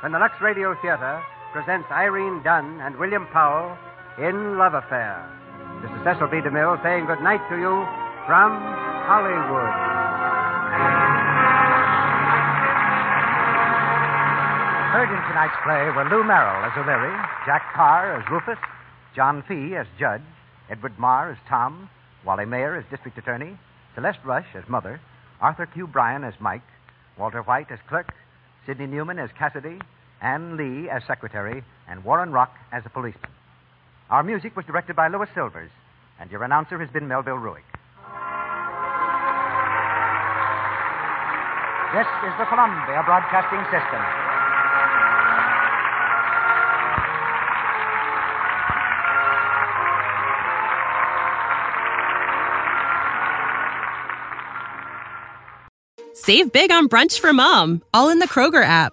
Speaker 2: when the Lux Radio Theater presents Irene Dunn and William Powell in Love Affair. This is Cecil B. DeMille saying good night to you from Hollywood.
Speaker 1: Heard in tonight's play were Lou Merrill as O'Leary, Jack Parr as Rufus, John Fee as Judge, Edward Marr as Tom, Wally Mayer as District Attorney, Celeste Rush as Mother, Arthur Q. Bryan as Mike, Walter White as Clerk, Sidney Newman as Cassidy, Ann Lee as Secretary, and Warren Rock as a policeman. Our music was directed by Louis Silvers, and your announcer has been Melville Ruick. This is the Columbia Broadcasting System.
Speaker 16: Save big on brunch for mom, all in the Kroger app.